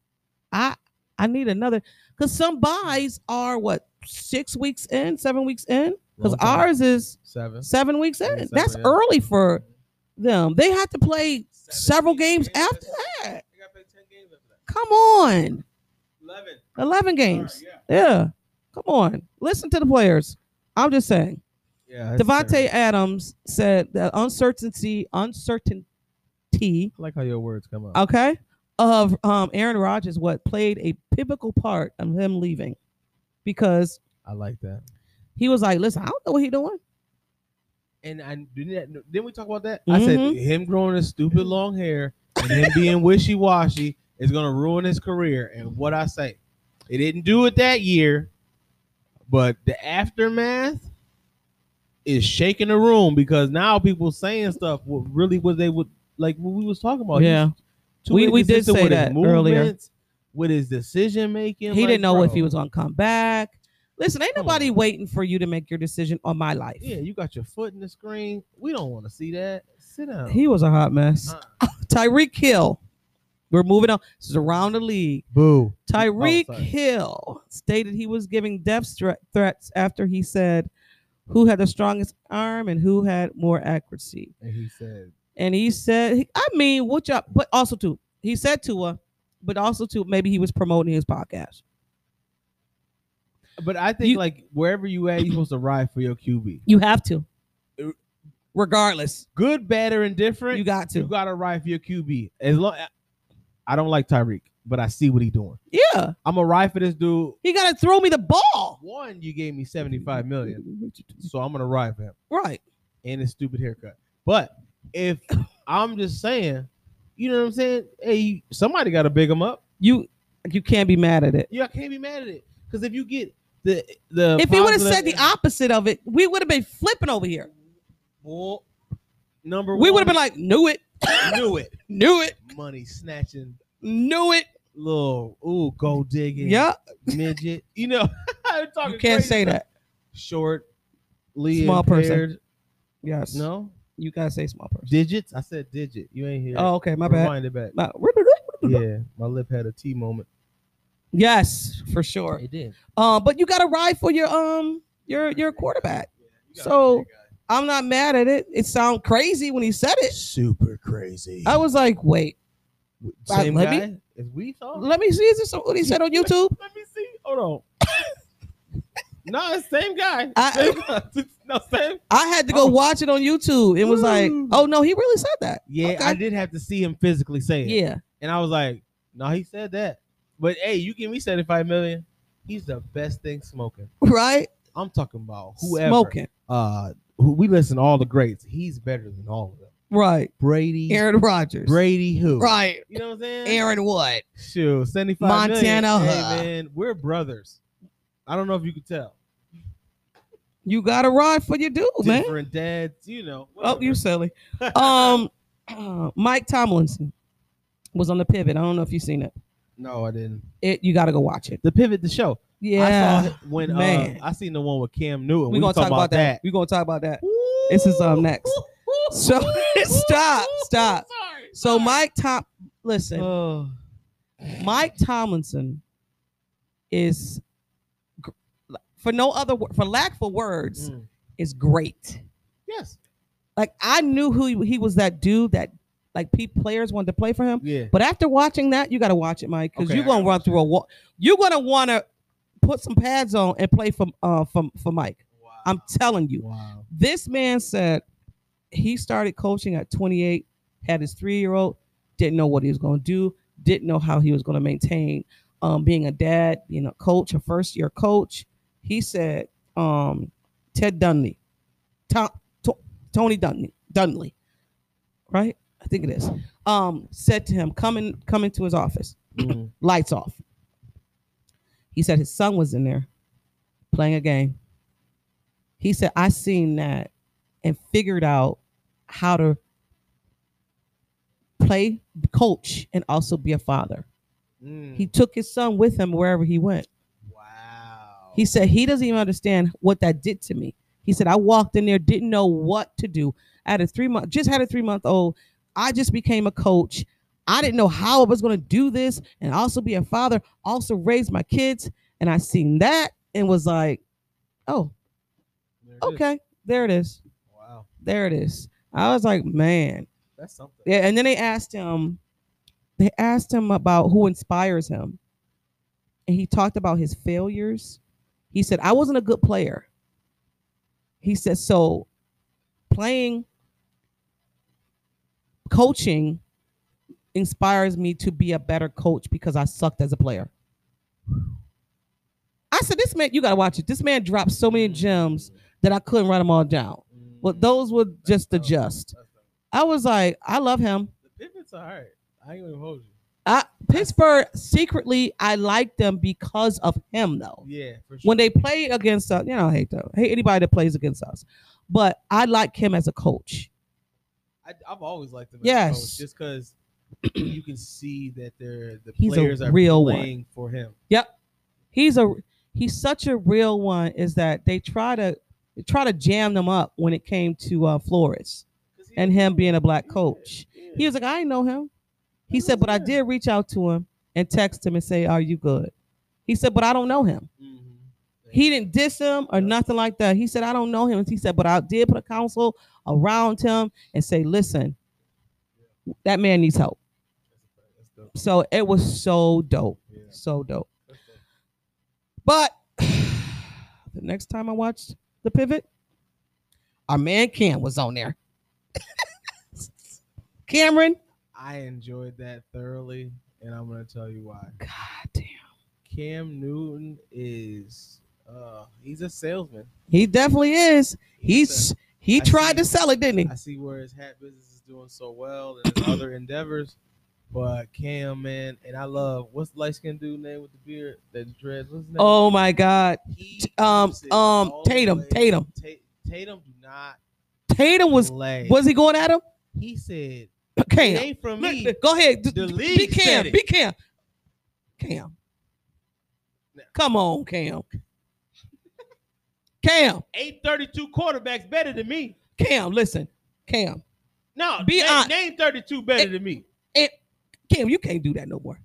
D: I I need another, because some buys are what six weeks in, seven weeks in, because
C: Long time.
D: ours is
C: seven
D: seven weeks in.
C: Yeah, seven,
D: That's
C: yeah.
D: early for them. They have to play
C: Seven,
D: several
C: eight
D: games
C: games.
D: after that.
C: They gotta play 10 games after that.
D: Come on,
C: 11
D: eleven games.
C: Sorry, yeah.
D: Yeah, come on. Listen to the players. I'm just saying.
C: yeah that's
D: Devonte
C: terrible.
D: Adams said the uncertainty, uncertainty,
C: i like how your words come up
D: okay, of um, Aaron Rodgers, what played a pivotal part of him leaving, because
C: i like that
D: he was like, "Listen, I don't know what he doing."
C: and I didn't. that- Didn't we talk about that? I said
D: Mhm.
C: him growing his stupid long hair and him being wishy washy is gonna ruin his career. And what I say, it didn't do it that year, but the aftermath is shaking the room because now people saying stuff what really what they would like what we was talking about. He's
D: Yeah.
C: too
D: We- we did
C: inconsistent
D: say
C: with his
D: that earlier.
C: movements, with his decision making.
D: he
C: like,
D: didn't know if
C: bro,
D: he was gonna come back. Listen, ain't
C: Come
D: nobody
C: on.
D: waiting for you to make your decision on my life.
C: Yeah, you got your foot in the screen. We don't want to see that. Sit down.
D: He was a hot mess.
C: Uh.
D: [laughs] Tyreek Hill. We're moving on. This is around the league.
C: Boo. Oh,
D: Tyreek
C: sorry.
D: Hill stated he was giving death thre- threats after he said who had the strongest arm and who had more accuracy.
C: And he said,
D: And he said, I mean, what y'all, but also too, he said to her, but also too, maybe he was promoting his podcast.
C: But I think
D: You-
C: like wherever you at, you're supposed to ride for your QB.
D: You have to. Regardless,
C: Good, bad, or indifferent,
D: you got
C: you
D: to.
C: gotta ride for your QB. As long I don't like Tyreek, but I see what he's doing.
D: Yeah.
C: I'm gonna ride for this dude.
D: He got to throw me the ball.
C: One, you gave me 75 million. So I'm gonna ride for him.
D: Right.
C: And his stupid haircut. But if I'm just saying, you know what I'm saying? Hey, somebody gotta big him up.
D: You you can't be mad at it.
C: Yeah, I can't be mad at it. Because if you get the the
D: If he would have said
C: positive-
D: the opposite of it, we would have been flipping over here.
C: Well, number
D: We would have
C: one,
D: been like, knew it,
C: knew it.
D: knew it,
C: Money snatching
D: knew it.
C: little ooh gold digging
D: Yeah,
C: midget. [laughs] You know, I'm talking
D: you can't
C: crazy
D: say
C: stuff.
D: that.
C: Short, Lee
D: Small person.
C: impaired.
D: Yes. No.
C: No
D: You gotta say small person.
C: digits. I said digit. You ain't here.
D: Oh, okay. My bad.
C: Rewind it back.
D: My-
C: Yeah, my lip had a T moment.
D: Yes, for sure.
F: It did.
D: Uh, but you got to ride for your um your your quarterback. So I'm not mad at it. It sound crazy when he said it.
F: Super crazy.
D: I was like, wait, I-
F: Same
D: let me-
F: guy as we thought.
D: let me see. Is this what he said on YouTube?
C: [laughs] Let me see. Hold on. [laughs] no, it's same guy. [laughs]
D: I-
C: Same- no, same.
D: I had to go
C: Oh.
D: watch it on YouTube and was like,
C: Ooh.
D: oh no, he really said that.
C: Yeah,
D: Okay.
C: I did have to see him physically say it.
D: Yeah, [laughs]
C: And I was like, no, he said that. But hey, you give me 75 million. He's the best thing smoking.
D: right.
C: I'm talking about whoever.
D: smoking,
C: Uh, who, we listen to all the greats. He's better than all of them.
D: right?
C: Brady.
D: Aaron Rodgers,
C: Brady who?
D: right?
C: You know what I'm saying?
D: Aaron Wood,
C: Shoot, 75
D: Montana,
C: million.
D: huh?
C: Hey, man, we're brothers. I don't know if you could tell.
D: you got to ride for your dude, man.
C: Different dads, you know.
D: Oh, you
C: whatever.
D: silly. Um, [clears throat] Mike Tomlinson was on the pivot. I don't know if you've seen it.
C: No, I didn't.
D: It you got to go watch it.
C: The pivot the show.
D: Yeah,
C: I saw it when
D: man.
C: uh, I seen the one with Cam Newton.
D: we're gonna talk about that. We're gonna talk about that. This is um next. So [laughs] stop, stop. So Mike Tom, listen,
C: Oh,
D: Mike Tomlinson is gr- for no other wo- for lack for words
C: Mm.
D: is great.
C: Yes.
D: Like I knew who he, he was that dude that like pe- players wanted to play for him.
C: Yeah.
D: But after watching that, you got to watch it, Mike, because
C: Okay,
D: you're
C: I
D: gonna
C: gotta
D: run
C: watch
D: through a wall. You're gonna want to put some pads on and play for uh for, for Mike.
C: Wow.
D: I'm telling you,
C: Wow.
D: this man said he started coaching at 28, had his three year old, didn't know what he was gonna do, didn't know how he was gonna maintain um, being a dad, being a coach, a first year coach. He said, um, Ted Dunley, Tom, To- Tony Dunley, Dunley, right? I think it is. Um, said to him, come in, come into his office
C: Mm.
D: lights off. He said his son was in there playing a game. He said, I seen that and figured out how to play coach and also be a father.
C: Mm.
D: He took his son with him wherever he went.
C: wow.
D: He said he doesn't even understand what that did to me. He said I walked in there, didn't know what to do. I had a three month, just had a three month old. I just became a coach. I didn't know how I was going to do this and also be a father, also raise my kids. And I seen that and was like, oh,
C: There it is.
D: okay, there it is,
C: Wow.
D: there it is. I was like, man,
C: That's something.
D: yeah, and then they asked him, they asked him about who inspires him. And he talked about his failures. He said, I wasn't a good player. He said, so playing, coaching inspires me to be a better coach because I sucked as a player. I said, this man, you got to watch it. This man dropped so many gems that I couldn't write them all down.
C: Mm.
D: But those were just the
C: dope.
D: just.
C: That's dope.
D: I was like, I love him.
C: The pivot's all right. I ain't gonna hold you.
D: I, Pittsburgh secretly, I like them because of him though.
C: Yeah, for sure.
D: When they play against us, you know, I hate them. I hate anybody that plays against us, but I like him as a coach.
C: I, I've always liked them. As
D: Yes.
C: a coach just because you can see that they're the
D: He's a
C: players are
D: real one.
C: playing for him.
D: He's a he's such a real one. Is that they try to they try to jam them up when it came to uh, Flores
C: 'Cause he-
D: and him being a black
C: yeah,
D: coach.
C: yeah.
D: He was like, I didn't know him. He
C: That's
D: said, but I
C: right.
D: did reach out to him and text him and say, Are you good? He said, but I don't know him.
C: Mhm.
D: He didn't diss him or nothing like that. He said, I don't know him. He said, but I did put a counsel around him and say, listen, that man needs help.
C: That's dope.
D: So it was so dope.
C: Yeah.
D: So dope.
C: That's dope.
D: But [sighs] the next time I watched The Pivot, our man Cam was on there. [laughs] Cameron.
C: I enjoyed that thoroughly, and I'm gonna tell you why.
D: God damn.
C: Cam Newton is uh he's a salesman.
D: He definitely is. He's he
C: I
D: tried to
C: see.
D: sell it, didn't he?
C: I see where his hat business is doing so well and his other endeavors. But Cam, man, and I love what's the light skinned dude name with the beard that dreads? What's his name?
D: Oh my God.
C: He
D: T- um,
C: keeps it
D: um,
C: all the
D: Tatum,
C: way-
D: Tatum.
C: Ta- Tatum do not
D: Tatum was
C: play.
D: was he going at him?
C: he said
D: Cam.
C: it ain't from me.
D: Go ahead. D-
C: The
D: d- be
C: league
D: Cam.
C: said it.
D: Be Cam. Cam. Come on, Cam. Cam.
C: 832 quarterbacks better than me.
D: Cam, listen. Cam.
C: No,
D: Be
C: name,
D: honest.
C: name 32 better than me.
D: Cam, you can't do that no more.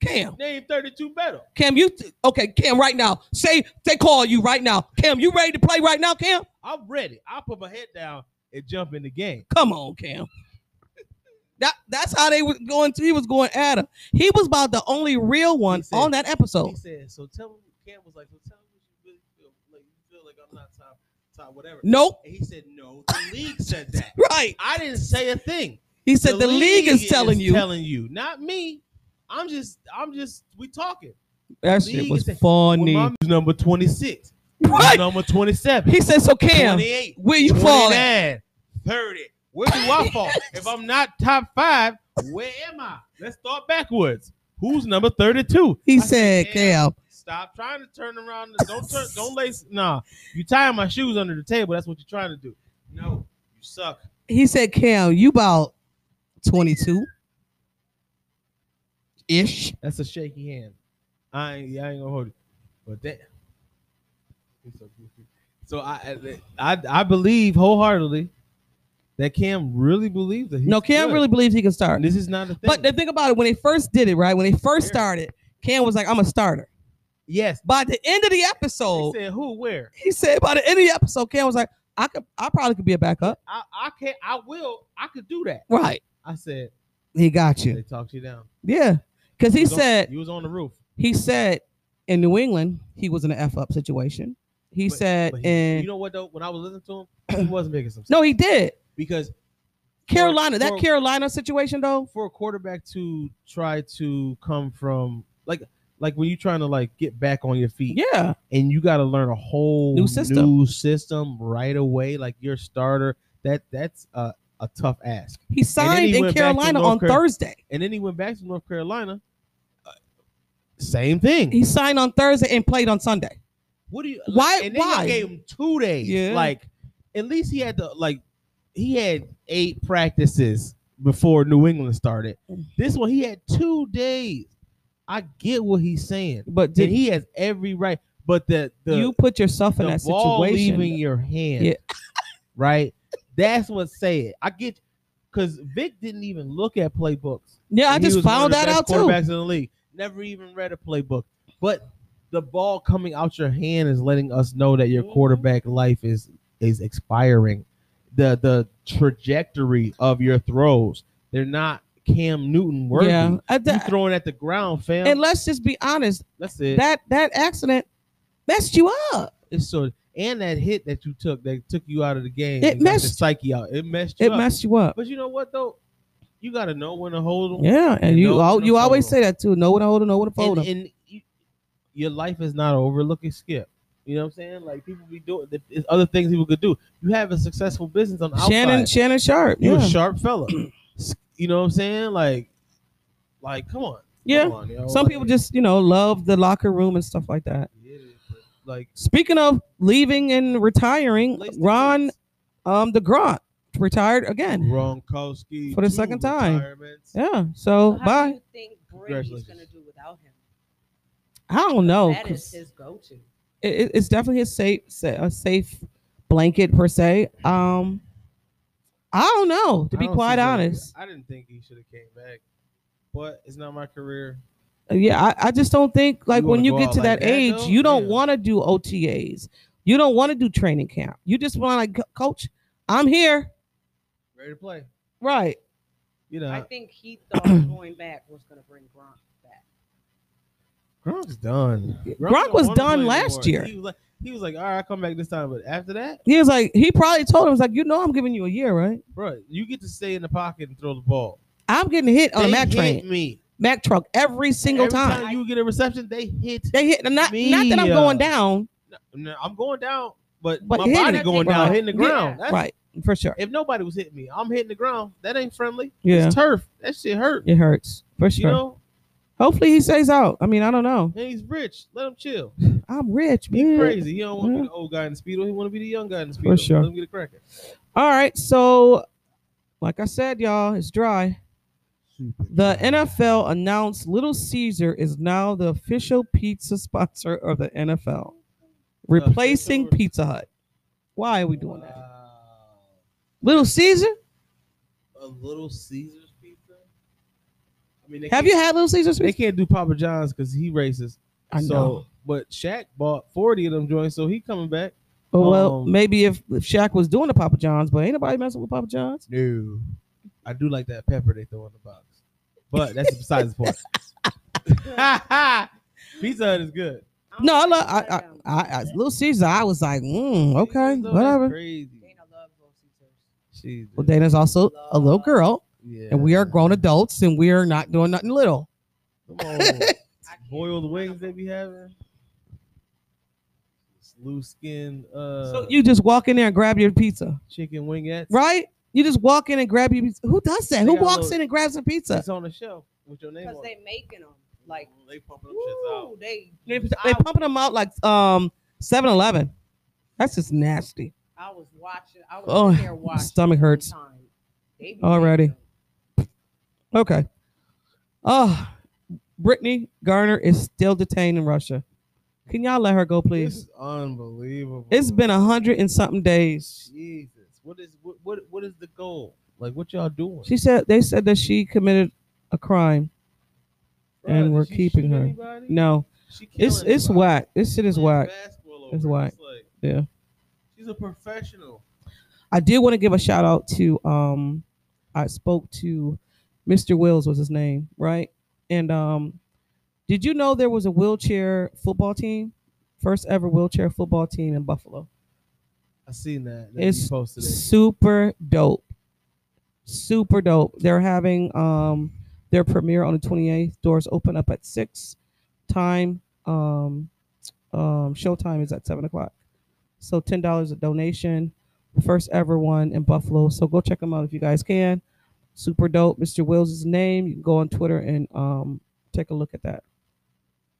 D: Cam.
C: Name 32 better.
D: Cam, you okay? Cam, right now. Say they call you right now. Cam, you ready to play right now? Cam,
C: I'm ready. I'll put my head down and jump in the game.
D: come on, Cam. That that's how they was going. He was going at him. He was about the only real one
C: said-
D: on that episode.
C: He said, so tell me, Cam was like, so tell me what you really feel. Like, you feel like I'm not top, top whatever.
D: Nope.
C: And he said, no, the league said that.
D: Right.
C: I didn't say a thing.
D: He said the, league, is telling you.
C: Telling you, not me. I'm just, I'm just, we talking.
D: that
C: the
D: shit
C: league
D: was
C: is- Well,
D: funny.
C: my mom's number 26.
D: Right.
C: Number 27.
D: He said, so Cam,
C: 28.
D: where you fall at?
C: 29. 30. Where do I
D: [laughs]
C: fall? if I'm not top five, where am I? Let's start backwards. Who's number 32?
D: He
C: I
D: said, Cam.
C: Stop trying to turn around. and Don't turn. Don't lace. Nah, you tying my shoes under the table. That's what you're trying to do. No, you suck.
D: He said, Cam, you about 22 ish.
C: That's a shaky hand. I ain't, I ain't gonna hold it. But that. It's so goofy. So I, I I believe wholeheartedly that Cam really believes that. He's
D: No, Cam
C: good.
D: really believes he can start.
C: This is not a thing.
D: But the thing about it, when they first did it, right? When they first
C: Yeah.
D: started, Cam was like, I'm a starter.
C: yes,
D: By the end of the
C: he
D: episode,
C: said who where.
D: he said, by the end of the episode, Cam was like, I could I probably could be a backup.
C: I I can't. I will. I could do that.
D: Right.
C: I said
D: He got
C: they
D: you.
C: talked you down.
D: Yeah. Cause
C: You
D: he
C: was on-
D: said
C: you was on the roof.
D: he said in New England, he was in an F up situation. He
C: But-
D: said
C: but he-
D: in
C: you know what though? When I was listening to
D: [clears throat]
C: him, he was making some. sense.
D: No, he did.
C: because
D: Carolina, that
C: for-
D: Carolina situation though.
C: for a quarterback to try to come from like like when you're trying to like get back on your feet
D: Yeah.
C: and you got to learn a whole
D: New system.
C: new system right away like your starter that that's a, a tough ask
D: He
C: then
D: signed
C: he
D: in
C: went back to
D: Carolina
C: North
D: on
C: Carolina.
D: Thursday.
C: and then he went back to north carolina uh, same thing
D: He signed on Thursday and played on Sunday.
C: what do you
D: Why-
C: and then y'all
D: why?
C: gave him two days
D: Yeah.
C: like at least he had to like he had eight practices before new england started this one he had two days i get what he's saying
D: But
C: then
D: did
C: he has every right. But the the,
D: you put yourself in
C: the
D: that
C: ball
D: situation?
C: leaving your hand,
D: Yeah.
C: right? That's what say it. I get because Vic didn't even look at playbooks.
D: yeah, I
C: And he
D: just
C: was one of
D: found
C: the
D: that
C: best
D: out too.
C: Quarterbacks in the league never even read a playbook, but the ball coming out your hand is letting us know that your
D: Mm-hmm.
C: quarterback life is is expiring. The the trajectory of your throws, they're not Cam Newton worthy.
D: Yeah, I-
C: You
D: that-
C: throwing at the ground, fam.
D: and let's just be honest.
C: That's it.
D: That that accident messed you up.
C: It's so and that hit that you took that took you out of the game.
D: It
C: and got your
D: messed-
C: psyche out. It messed you
D: It
C: up.
D: messed you up.
C: But you know what though? You gotta know when to hold them.
D: Yeah, and
C: You
D: you
C: know
D: al-
C: when to
D: you always
C: fold 'em.
D: say that too. Know what I hold, 'em, know what to fold
C: and,
D: 'em.
C: and you, your life is not over. Look at Skip. You know what I'm saying? Like people be doing there's other things people could do. You have a successful business on the
D: Shannon
C: outside.
D: Shannon Sharp.
C: You
D: yeah,
C: a sharp fella. S- you know what I'm saying? Like, like come on.
D: yeah.
C: Come on, yo.
D: Some
C: Like,
D: people just you know love the locker room and stuff like that.
C: yeah, but, like
D: Speaking of leaving and retiring,
C: lace the
D: Ron
C: boots.
D: um the Grant retired again.
C: Gronkowski
D: For the
C: two
D: second time.
C: retirements.
D: Yeah. So
E: How
D: bye.
E: do you think Brady's going to
C: Congratulations.
E: do without him?
D: I don't know.
E: that
D: Oh, 'cause
E: is his go-to.
D: it- it- it's definitely a safe, sa- a safe blanket per se. Um, I don't know. To
C: I
D: be
C: don't see
D: quite
C: Jimmy-
D: honest,
C: I didn't think he should have came back, but it's not my career.
D: yeah, I, I just don't think like
C: You
D: when
C: wanna
D: you
C: go
D: get
C: out
D: to
C: like
D: that,
C: that,
D: age,
C: though?
D: you don't
C: Yeah.
D: want to do OTAs. You don't want to do training camp. You just want to coach. I'm here,
C: Ready to play?
D: right?
C: You know,
E: I
D: Uh,
E: think he
D: [clears throat]
E: thought going back was going to bring Gronk back.
C: Gronk's done.
D: Gronk
C: don't
D: was
C: wanna
D: done
C: play
D: last
C: anymore.
D: year.
C: He was like, he was like, all right, I'll come back this time. But after that,
D: He was like, he probably told him, "Was like, you know, I'm giving you a year, right?
C: bro, you get to stay in the pocket and throw the ball.
D: I'm getting hit on a
C: They
D: Mack
C: hit
D: train,
C: me
D: Mack truck every single
C: Every
D: time.
C: You get a reception, they hit.
D: They hit, not not that I'm
C: Me, uh,
D: going down,
C: No, I'm going down, but,
D: But
C: my
D: hitting
C: body
D: it,
C: going
D: right.
C: down, hitting the
D: Yeah,
C: ground. That's-
D: right? For sure.
C: If nobody was hitting me, I'm hitting the ground. That ain't friendly.
D: Yeah.
C: It's turf. That shit hurt.
D: It hurts for sure.
C: You know,
D: Hopefully he stays out. I mean, I don't know.
C: and he's rich. Let him chill.
D: I'm rich,
C: He
D: man.
C: crazy. He don't want to
D: Yeah.
C: be the old guy in the speedo. He want to be the young guy in the speedo.
D: For sure.
C: Let him get a cracker.
D: All right, so like I said, y'all, it's dry. The NFL announced Little Caesar is now the official pizza [laughs] sponsor of the NFL, replacing
C: official-
D: Pizza Hut. Why are we doing that?
C: Uh,
D: Little Caesar?
C: A little Caesar's pizza. I mean, they
D: Have
C: can't-
D: you had Little Caesars?
C: They can't do Papa John's because he racist.
D: I know.
C: So, but Shaq bought forty of them joints, so he coming back.
D: But, Oh, well,
C: um,
D: maybe if, if Shaq was doing the Papa John's, but ain't nobody messing with Papa [laughs] John's.
C: No, I do like that pepper they throw in the box, but that's besides the
D: [laughs]
C: point. Pizza Hut is good.
D: No, I love I, I, I, I Little Caesars. I was like, mm, okay,
C: Pizza Hut is
D: whatever.
C: Crazy.
E: Dana loves Little Caesars.
C: She's
D: Well, Dana's also a little girl,
C: yeah.
D: and we are grown adults, and we are not doing nothing little.
C: Come on.
D: [laughs]
E: I can't
C: Boiled
E: do
C: wings
E: that.
C: they be having. This Loose skin, uh,
D: So you just walk in there and grab your pizza,
C: chicken wingettes.
D: right? You just walk in and grab your pizza. Who does that?
C: They
D: Who
C: got a
D: walks
C: little-
D: in and grabs a pizza?
C: It's on the shelf with your name
E: Because
C: on
E: they
C: it.
E: making them. Like,
C: they pumping them shits
E: woo,
C: out.
E: they,
D: They,
E: I,
D: they pumping them out like um 7-Eleven. That's just nasty.
E: I was watching. I was
D: Oh,
E: sitting there watching.
D: stomach
E: the
D: hurts.
E: time. They be
D: Alrighty.
E: making 'em.
D: Okay. Oh, Brittany Garner is still detained in Russia. Can y'all let her go,
C: This
D: please?
C: is unbelievable.
D: It's been a hundred and something days.
C: Jesus. What is what, what what is the goal? Like what y'all doing?
D: She said they said that she committed a crime.
C: Bruh,
D: and
C: did
D: we're
C: she
D: keeping
C: shoot
D: her.
C: anybody?
D: No,
C: She
D: it's
C: killing
D: it's
C: anybody.
D: whack. This shit is
C: Playing
D: whack.
C: basketball
D: It's
C: over.
D: whack.
C: like,
D: Yeah.
C: She's a professional.
D: I did want to give a shout out to um I spoke to Mr. Wills was his name, right? And um did you know there was a wheelchair football team? First ever wheelchair football team in Buffalo.
C: I seen that. that
D: It's
C: you posted it.
D: Super dope. Super dope. They're having um their premiere on the 28th. Doors open up at 6. Time um um showtime is at 7 o'clock. So $10 a donation. First ever one in Buffalo. So go check them out if you guys can. Super dope. Mr. Wills' is his name. You can go on Twitter and um take a look at that.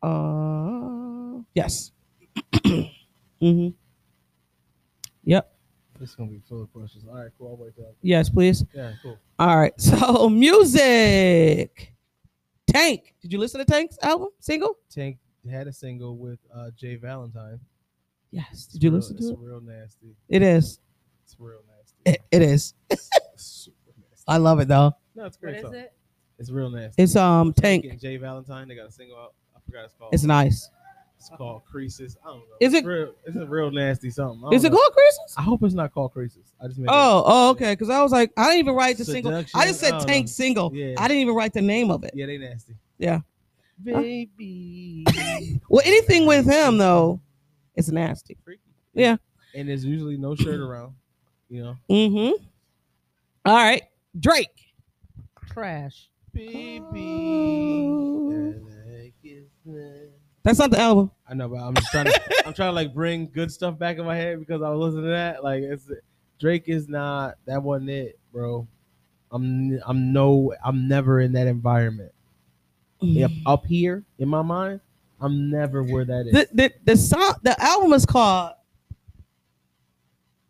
D: Uh yes. [clears throat] mm-hmm. Yep.
C: It's gonna be full of questions. All right, cool. I'll wait till after.
D: Yes, please.
C: Yeah, cool.
D: All right. [laughs] So music. Tank. Did you listen to Tank's album? Single?
C: Tank had a single with uh Jay Valentine.
D: Yes.
C: It's
D: Did you
C: real-
D: listen to
C: It's
D: it?
C: real nasty.
D: It is.
C: It's real nasty.
D: It, it is.
C: It's super nasty.
D: I love it though.
C: No, it's a
E: What
C: great.
E: is
C: song.
E: it?
C: It's real nasty.
D: It's um Tank.
C: and Jay Valentine. They got a single out. I forgot it's called.
D: It's nice.
C: It's called Creases. I don't know.
D: Is
C: It's
D: it-
C: real, it's a real nasty something. I
D: Is
C: don't
D: it
C: know.
D: called Christmas?
C: I hope it's not called Creases. I just made it up.
D: Oh, oh, okay. Because I was like, I didn't even write the single. I just
C: Seduction?
D: said
C: I don't
D: Tank
C: know.
D: single.
C: Yeah.
D: I didn't even write the name of it.
C: Yeah, they nasty.
D: Yeah.
C: Baby.
D: Well, anything with him though, it's nasty.
C: Freaky.
D: Yeah.
C: And there's usually no shirt around. You know.
D: Mm-hmm. All right. Drake.
E: Trash.
D: Oh.
C: Baby.
D: That's not the album.
C: I know, but I'm just trying
D: [laughs]
C: to. I'm trying to like bring good stuff back in my head because I was listening to that. Like, it's Drake is not that wasn't it, bro. I'm I'm no I'm never in that environment. Yep, up here in my mind, I'm never where that is.
D: the the the song the album is called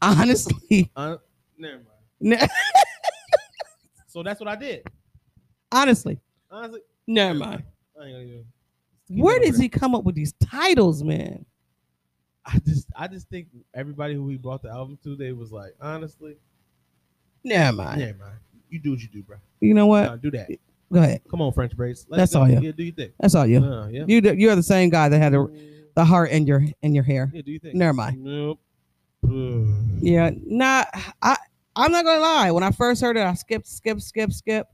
D: honestly [laughs]
C: Uh, never mind.
D: Ne-
C: So that's what I did.
D: honestly
C: Honestly,
D: never mind
C: I ain't gonna even. keep it
D: where
C: over
D: does
C: there.
D: he come up with these titles man
C: I just I just think everybody who he brought the album to, they was like, honestly,
D: never mind
C: never mind. You do what you do, bro.
D: you know what
C: Nah, do that.
D: go ahead
C: Come on, French braids.
D: Uh, That's all, yeah.
C: Yeah, do your thing.
D: that's all you
C: Nah, yeah.
D: you the- you are the same guy that had the, the heart in your in your hair
C: Yeah, do you think?
D: Never mind.
C: Nope. Ugh.
D: yeah nah i i'm not gonna lie when i first heard it i skipped skip skip skip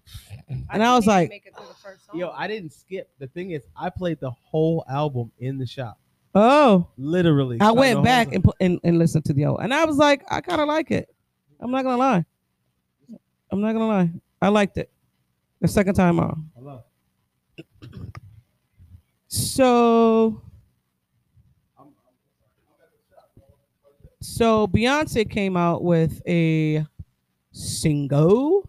D: And I was like-
E: make it through the first song.
C: Yo, I didn't skip. The thing is, I played the whole album in the shop.
D: oh
C: Literally.
D: i
C: Shot the
D: went
C: whole
D: back
C: time.
D: and, pl- and and listened to the old and i was like i kind of like it i'm not gonna lie i'm not gonna lie i liked it the second time out
C: Hello.
D: So, so Beyonce came out with a single.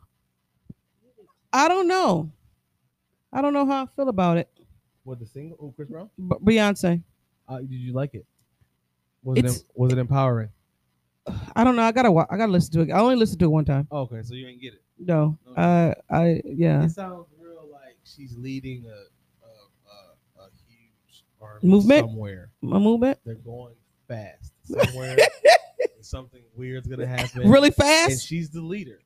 D: I don't know. I don't know how I feel about it.
C: What the single? Oh, Chris Brown.
D: B- Beyonce.
C: Uh, did you like it? Was it
D: It's-
C: em- was it empowering?
D: I don't know. I gotta. wa- I gotta listen to it. I only listened to it one time.
C: Oh, okay, so you ain't get it.
D: No. Uh. I. Yeah.
C: It sounds real like she's leading a a, a, a huge army
D: Movement?
C: somewhere.
D: My movement.
C: They're going
D: [laughs]
C: fast somewhere. something weird's gonna happen.
D: Really
C: and
D: fast.
C: she's the leader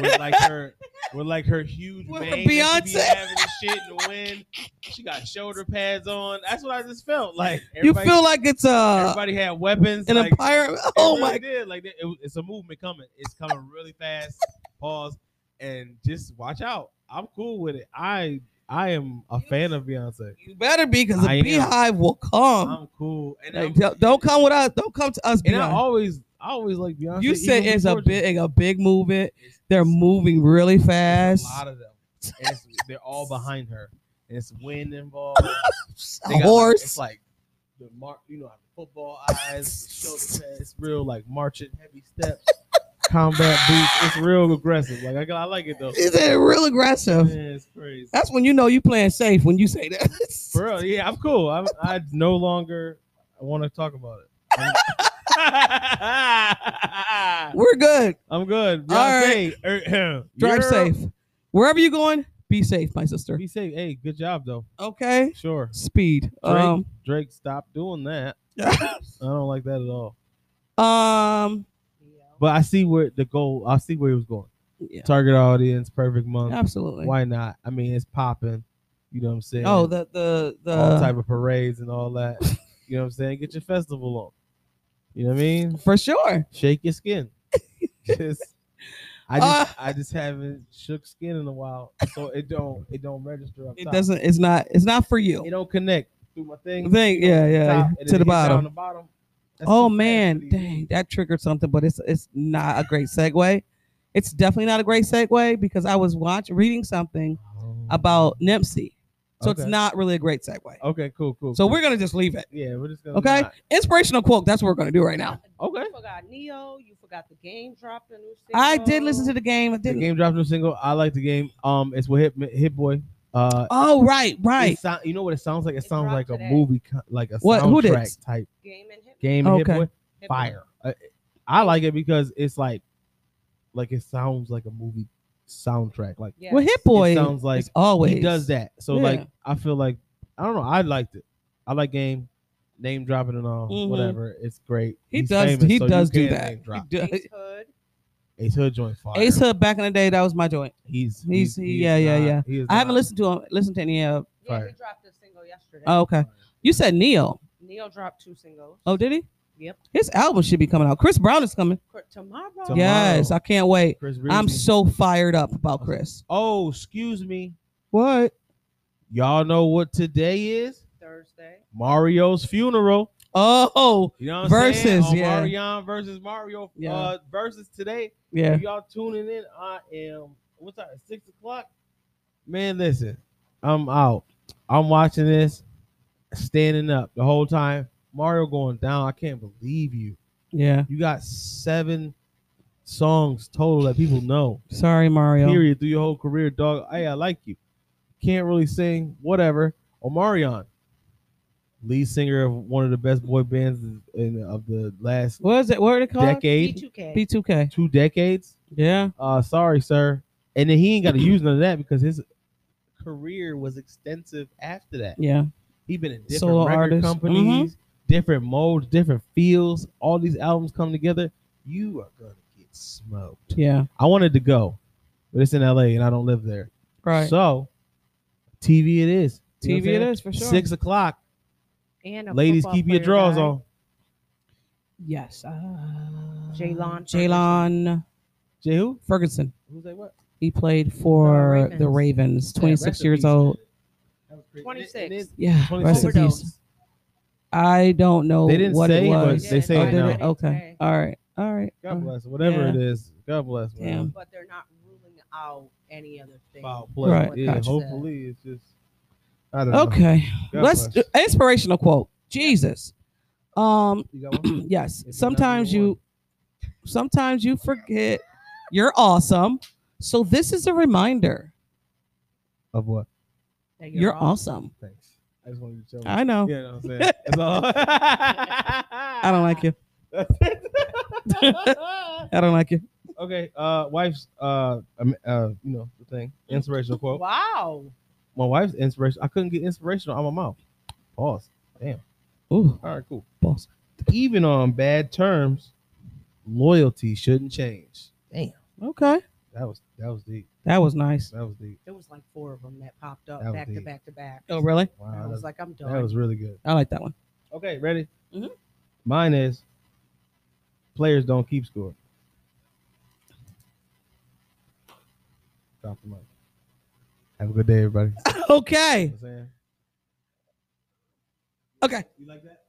C: with like her with like her huge
D: With her
C: mane that she be
D: Beyonce.
C: having and shit in the wind. She got shoulder pads on. That's what I just felt like.
D: You
C: Everybody,
D: feel like it's a
C: everybody had weapons.
D: an
C: like,
D: empire.
C: it
D: Oh
C: really
D: my!
C: Did. Like it, it- it's a movement coming. It's coming really
D: [laughs]
C: fast. Pause and just watch out. I'm cool with it. I I am a fan of Beyonce.
D: You better be because the
C: I am.
D: beehive will come.
C: I'm cool. And
D: Like,
C: I'm-
D: don't, don't come with us. Don't come to us.
C: And I
D: Beyonce.
C: always I always like Beyonce.
D: You said
C: even
D: it's a
C: before she-
D: big, a big movement.
C: It's-
D: They're
C: it's-
D: moving really
C: it's
D: fast.
C: A lot
D: [laughs]
C: of them. And it's, they're all behind her. And it's wind involved. They
D: a
C: got, Like,
D: horse.
C: it's like the mark, you know, football eyes, the shoulder pads, it's real like marching, heavy steps, combat boots. It's real aggressive. Like I, I like it though.
D: He said it real aggressive.
C: Yeah, it's crazy.
D: That's when you know you playing safe when you say that. [laughs]
C: For real, yeah, I'm cool. I'm, I no longer want to talk about it. I'm, [laughs]
D: We're good.
C: I'm good.
D: All right.
C: Beyonce, er, [clears throat]
D: Drive
C: you're-
D: safe. Wherever you going, be safe, my sister.
C: Be safe. Hey, good job though.
D: Okay.
C: Sure.
D: Speed.
C: Drake,
D: Um.
C: Drake, stop doing
D: [laughs]
C: that. I don't like that at all.
D: um.
C: But I see where the goal. I see where he was going.
D: Yeah.
C: Target audience, perfect month.
D: Absolutely.
C: Why not? I mean, it's popping. You know what I'm saying?
D: Oh, the the the.
C: all type of parades and all
D: [laughs]
C: that. you know what I'm saying? Get your festival on. You know what I mean?
D: for sure.
C: Shake your
D: [laughs]
C: skin. just, I just,
D: Uh.
C: I just haven't shook skin in a while, so it don't, it don't register up
D: It
C: top.
D: doesn't. It's not. It's not for
C: It
D: you.
C: don't connect through my thing.
D: Thing,
C: you know,
D: yeah, yeah,
C: top, and
D: to
C: then it hits down
D: the bottom.
C: the bottom. That's
D: Oh
C: too fast
D: man,
C: for these
D: dang, that triggered something, but it's it's not a great segue. It's definitely not a great segue because I was watching reading something
C: Oh.
D: about Nipsey, so it's
C: Okay. Oh,
D: not really a great segue.
C: Okay, cool, cool.
D: So
C: cool.
D: we're gonna just leave it.
C: yeah, we're just gonna
D: Okay,
C: not-
D: inspirational quote. That's what we're gonna do right now.
C: Okay.
E: You forgot Neo. You forgot the game dropped a new single.
D: I did listen to the game. I
C: The
D: did.
C: game dropped a single. I like the game. Um, it's with Hit Hit Boy. Uh,
D: Oh right, right.
C: it sou- you know what it sounds like? It,
E: It
C: sounds
E: dropped
C: like a
E: today.
C: movie, co- like a
D: What- who
C: soundtrack
D: dis?
C: type
E: game and hip.
C: game. And
D: Okay.
C: Hit Boy,
E: hip-
C: fire. I, I like it because it's like, like it sounds like a movie soundtrack. Like
E: Yes.
D: Well, Hit Boy
C: It sounds like
D: is always
C: he does that. So
D: Yeah.
C: like, I feel like I don't know. I liked it. I like game. Name dropping and all,
D: Mhm.
C: whatever. It's great.
D: He
C: He's
D: does.
C: famous,
D: he
C: so you
D: does do
C: can't
D: that.
C: name
D: He
C: drop.
D: do-
E: Ace Hood.
C: Ace Hood joint fire.
D: Ace Hood back in the day, that was my joint.
C: He's,
D: He's- he- yeah, yeah, yeah.
C: He is
D: I haven't
C: not-
D: listened to him. Listened to any of.
E: Yeah,
C: Fire.
E: he dropped a single yesterday.
D: Oh, okay. You said Neil.
E: Neo dropped two singles.
D: Oh, did he?
E: Yep.
D: His album should be coming out. Chris Brown is coming.
E: Cor- Tomorrow.
C: Tomorrow.
D: Yes, I can't wait.
C: Chris
D: I'm
C: Breezy.
D: so fired up about Chris.
C: Oh, excuse me.
D: What?
C: Y'all know what today is?
E: Thursday.
C: Mario's funeral.
D: Oh,
C: You know what I'm saying?
D: Versus,
C: On
D: yeah.
C: Marion versus Mario.
D: Yeah.
C: Uh, versus today.
D: yeah.
C: If y'all tuning in, I am. What's that? Six o'clock. Man, listen. I'm out. I'm watching this, standing up the whole time. Mario going down. I can't believe you.
D: Yeah.
C: You got seven songs total that people know.
D: Sorry, Mario.
C: period through your whole career, dog. Hey, I like you. Can't really sing, whatever. Omarion, lead singer of one of the best boy bands in, of the last
D: What is it? What are they called?
C: decade,
E: B2K.
D: B2K.
C: two decades.
D: Yeah.
C: Uh, sorry, sir. And then he ain't got to use none of that because his career was extensive after that.
D: Yeah.
C: He been in different
D: Solo Mm-hmm.
C: record
D: artist.
C: companies, different molds, different fields. All these albums come together. You are gonna get smoked.
D: Yeah.
C: I wanted to go, but it's in LA and I don't live there.
D: Right.
C: So, TV it is. You know
D: TV
C: what I'm
D: it
C: saying?
D: is for sure.
C: Six o'clock.
E: And a
C: Ladies,
E: football
C: keep your
E: player
C: drawers
E: died.
C: on.
D: Yes. Uh,
E: Jaylon
D: Jaylon
C: Jay, who?
D: Ferguson.
C: Who's that? What?
D: He played for
E: The
D: the Ravens. 26 years old. Yeah. Rest in peace.
E: Overdose.
D: I don't know
C: They didn't
D: what
C: say,
D: it
C: but
D: was.
C: they say
D: oh,
C: it
D: did
C: now.
D: Okay. All right. All right.
C: God
D: All right.
C: bless. Whatever
D: Uh-huh. Yeah.
C: it is. God bless. Man.
D: Damn.
E: But they're not ruling out any other thing.
C: Foul play.
D: Right,
C: Yeah,
D: gotcha.
C: hopefully it's just. I don't know.
D: Uh, Okay.
C: God
D: Let's
C: bless.
D: inspirational quote. Jesus. Um [clears throat]
C: You got one?
D: yes.
C: If you
D: Sometimes
C: have your
D: you sometimes you forget you're awesome. So this is a reminder.
C: [clears throat] Of what?
E: That
D: You're, awesome.
C: Thanks. I just wanted to tell you.
D: I know.
C: Yeah, know what I'm saying. That's all.
D: I don't like you.
C: [laughs]
D: I don't like you.
C: okay. Uh, wife's uh, um, uh, you know the thing. Inspirational quote.
E: Wow.
C: my wife's inspiration. I couldn't get inspirational out of my mouth. Pause.
D: Ooh,
C: All right, cool.
D: boss.
C: Even on bad terms, loyalty shouldn't change.
D: Okay.
C: That was that was deep.
D: That was nice.
C: That was deep.
E: There was like four of them that popped up
C: That was
E: back to
C: deep.
E: back to back.
D: Oh, really?
C: Wow,
E: I
C: that,
E: was like, I'm done.
C: that was really good.
D: I like that one.
C: Okay, ready?
D: Mhm.
C: Mine is players don't keep score. Drop the mic. Have a good day, everybody.
D: [laughs]
C: You know
D: Okay.
C: what I'm saying?
D: Okay.
C: You like that?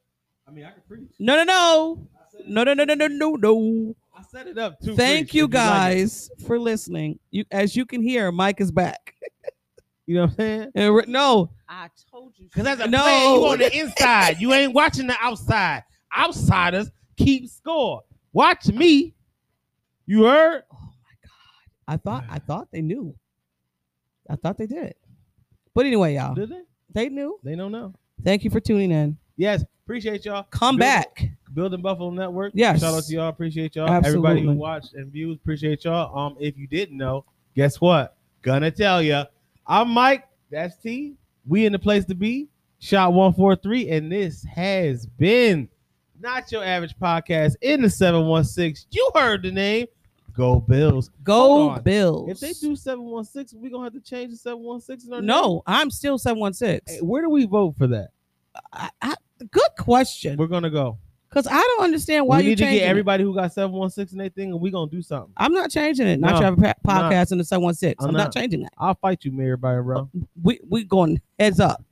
C: I mean, I can preach.
D: No, no, no.
C: I set it,
D: No, no, no, no, no, no, no.
C: I set it up too.
D: Thank you guys for listening. You, as you can hear, Mike is back. [laughs]
C: You, know what I'm saying?
D: And re- no,
E: I told you.
C: Because as a
D: No.
C: player, you on the inside. You ain't watching the outside. Outsiders keep score. Watch me. You heard?
D: Oh my god! I thought I thought they knew. I thought they did. But anyway, y'all,
C: Did they?
D: they knew.
C: They don't know.
D: Thank you for tuning in.
C: Yes, appreciate y'all.
D: Come
C: Bill-
D: back.
C: Building Buffalo Network.
D: Yes.
C: Shout out to y'all. Appreciate y'all. Everybody
D: Absolutely.
C: who watched and viewed, appreciate y'all. Um, if you didn't know, guess what? Gonna tell ya. I'm Mike. That's T. We in the place to be. Shot one four three, and this has been not your average podcast in the seven one six. You heard the name. Go Bills. Hold
D: Go
C: on.
D: Bills.
C: If they do seven one six, we gonna have to change the seven one six.
D: no, I'm still seven one six.
C: Hey, where do we vote for that?
D: Good question.
C: We're gonna go.
D: Because I don't understand why
C: we
D: you
C: need to
D: changing
C: get
D: it.
C: everybody who got seven one six in their thing, and we gonna do something.
D: I'm not changing it. Not
C: No,
D: your Average Pa-
C: I'm not.
D: podcast in the seven one six.
C: I'm
D: I'm not
C: not.
D: changing that.
C: I'll fight you, Mary Brian Brown.
D: We we going heads up.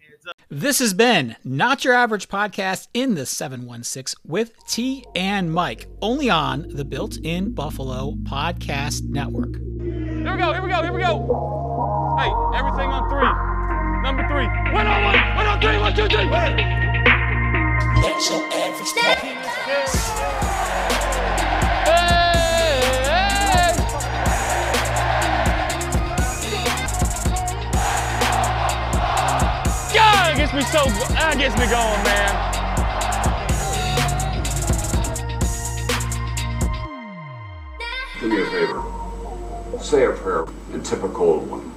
A: This has been Not Your Average Podcast in the 716 with T and Mike, only on the Built in Buffalo Podcast Network.
G: Here we go, here we go, here we go. Hey, everything on three. Number three. One on one, one on three, one, two, three. Hey, hey. God, it gets me so, ah, it gets me going, man.
H: Do me a favor. Say a prayer, a typical one.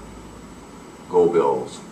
H: Go Bills.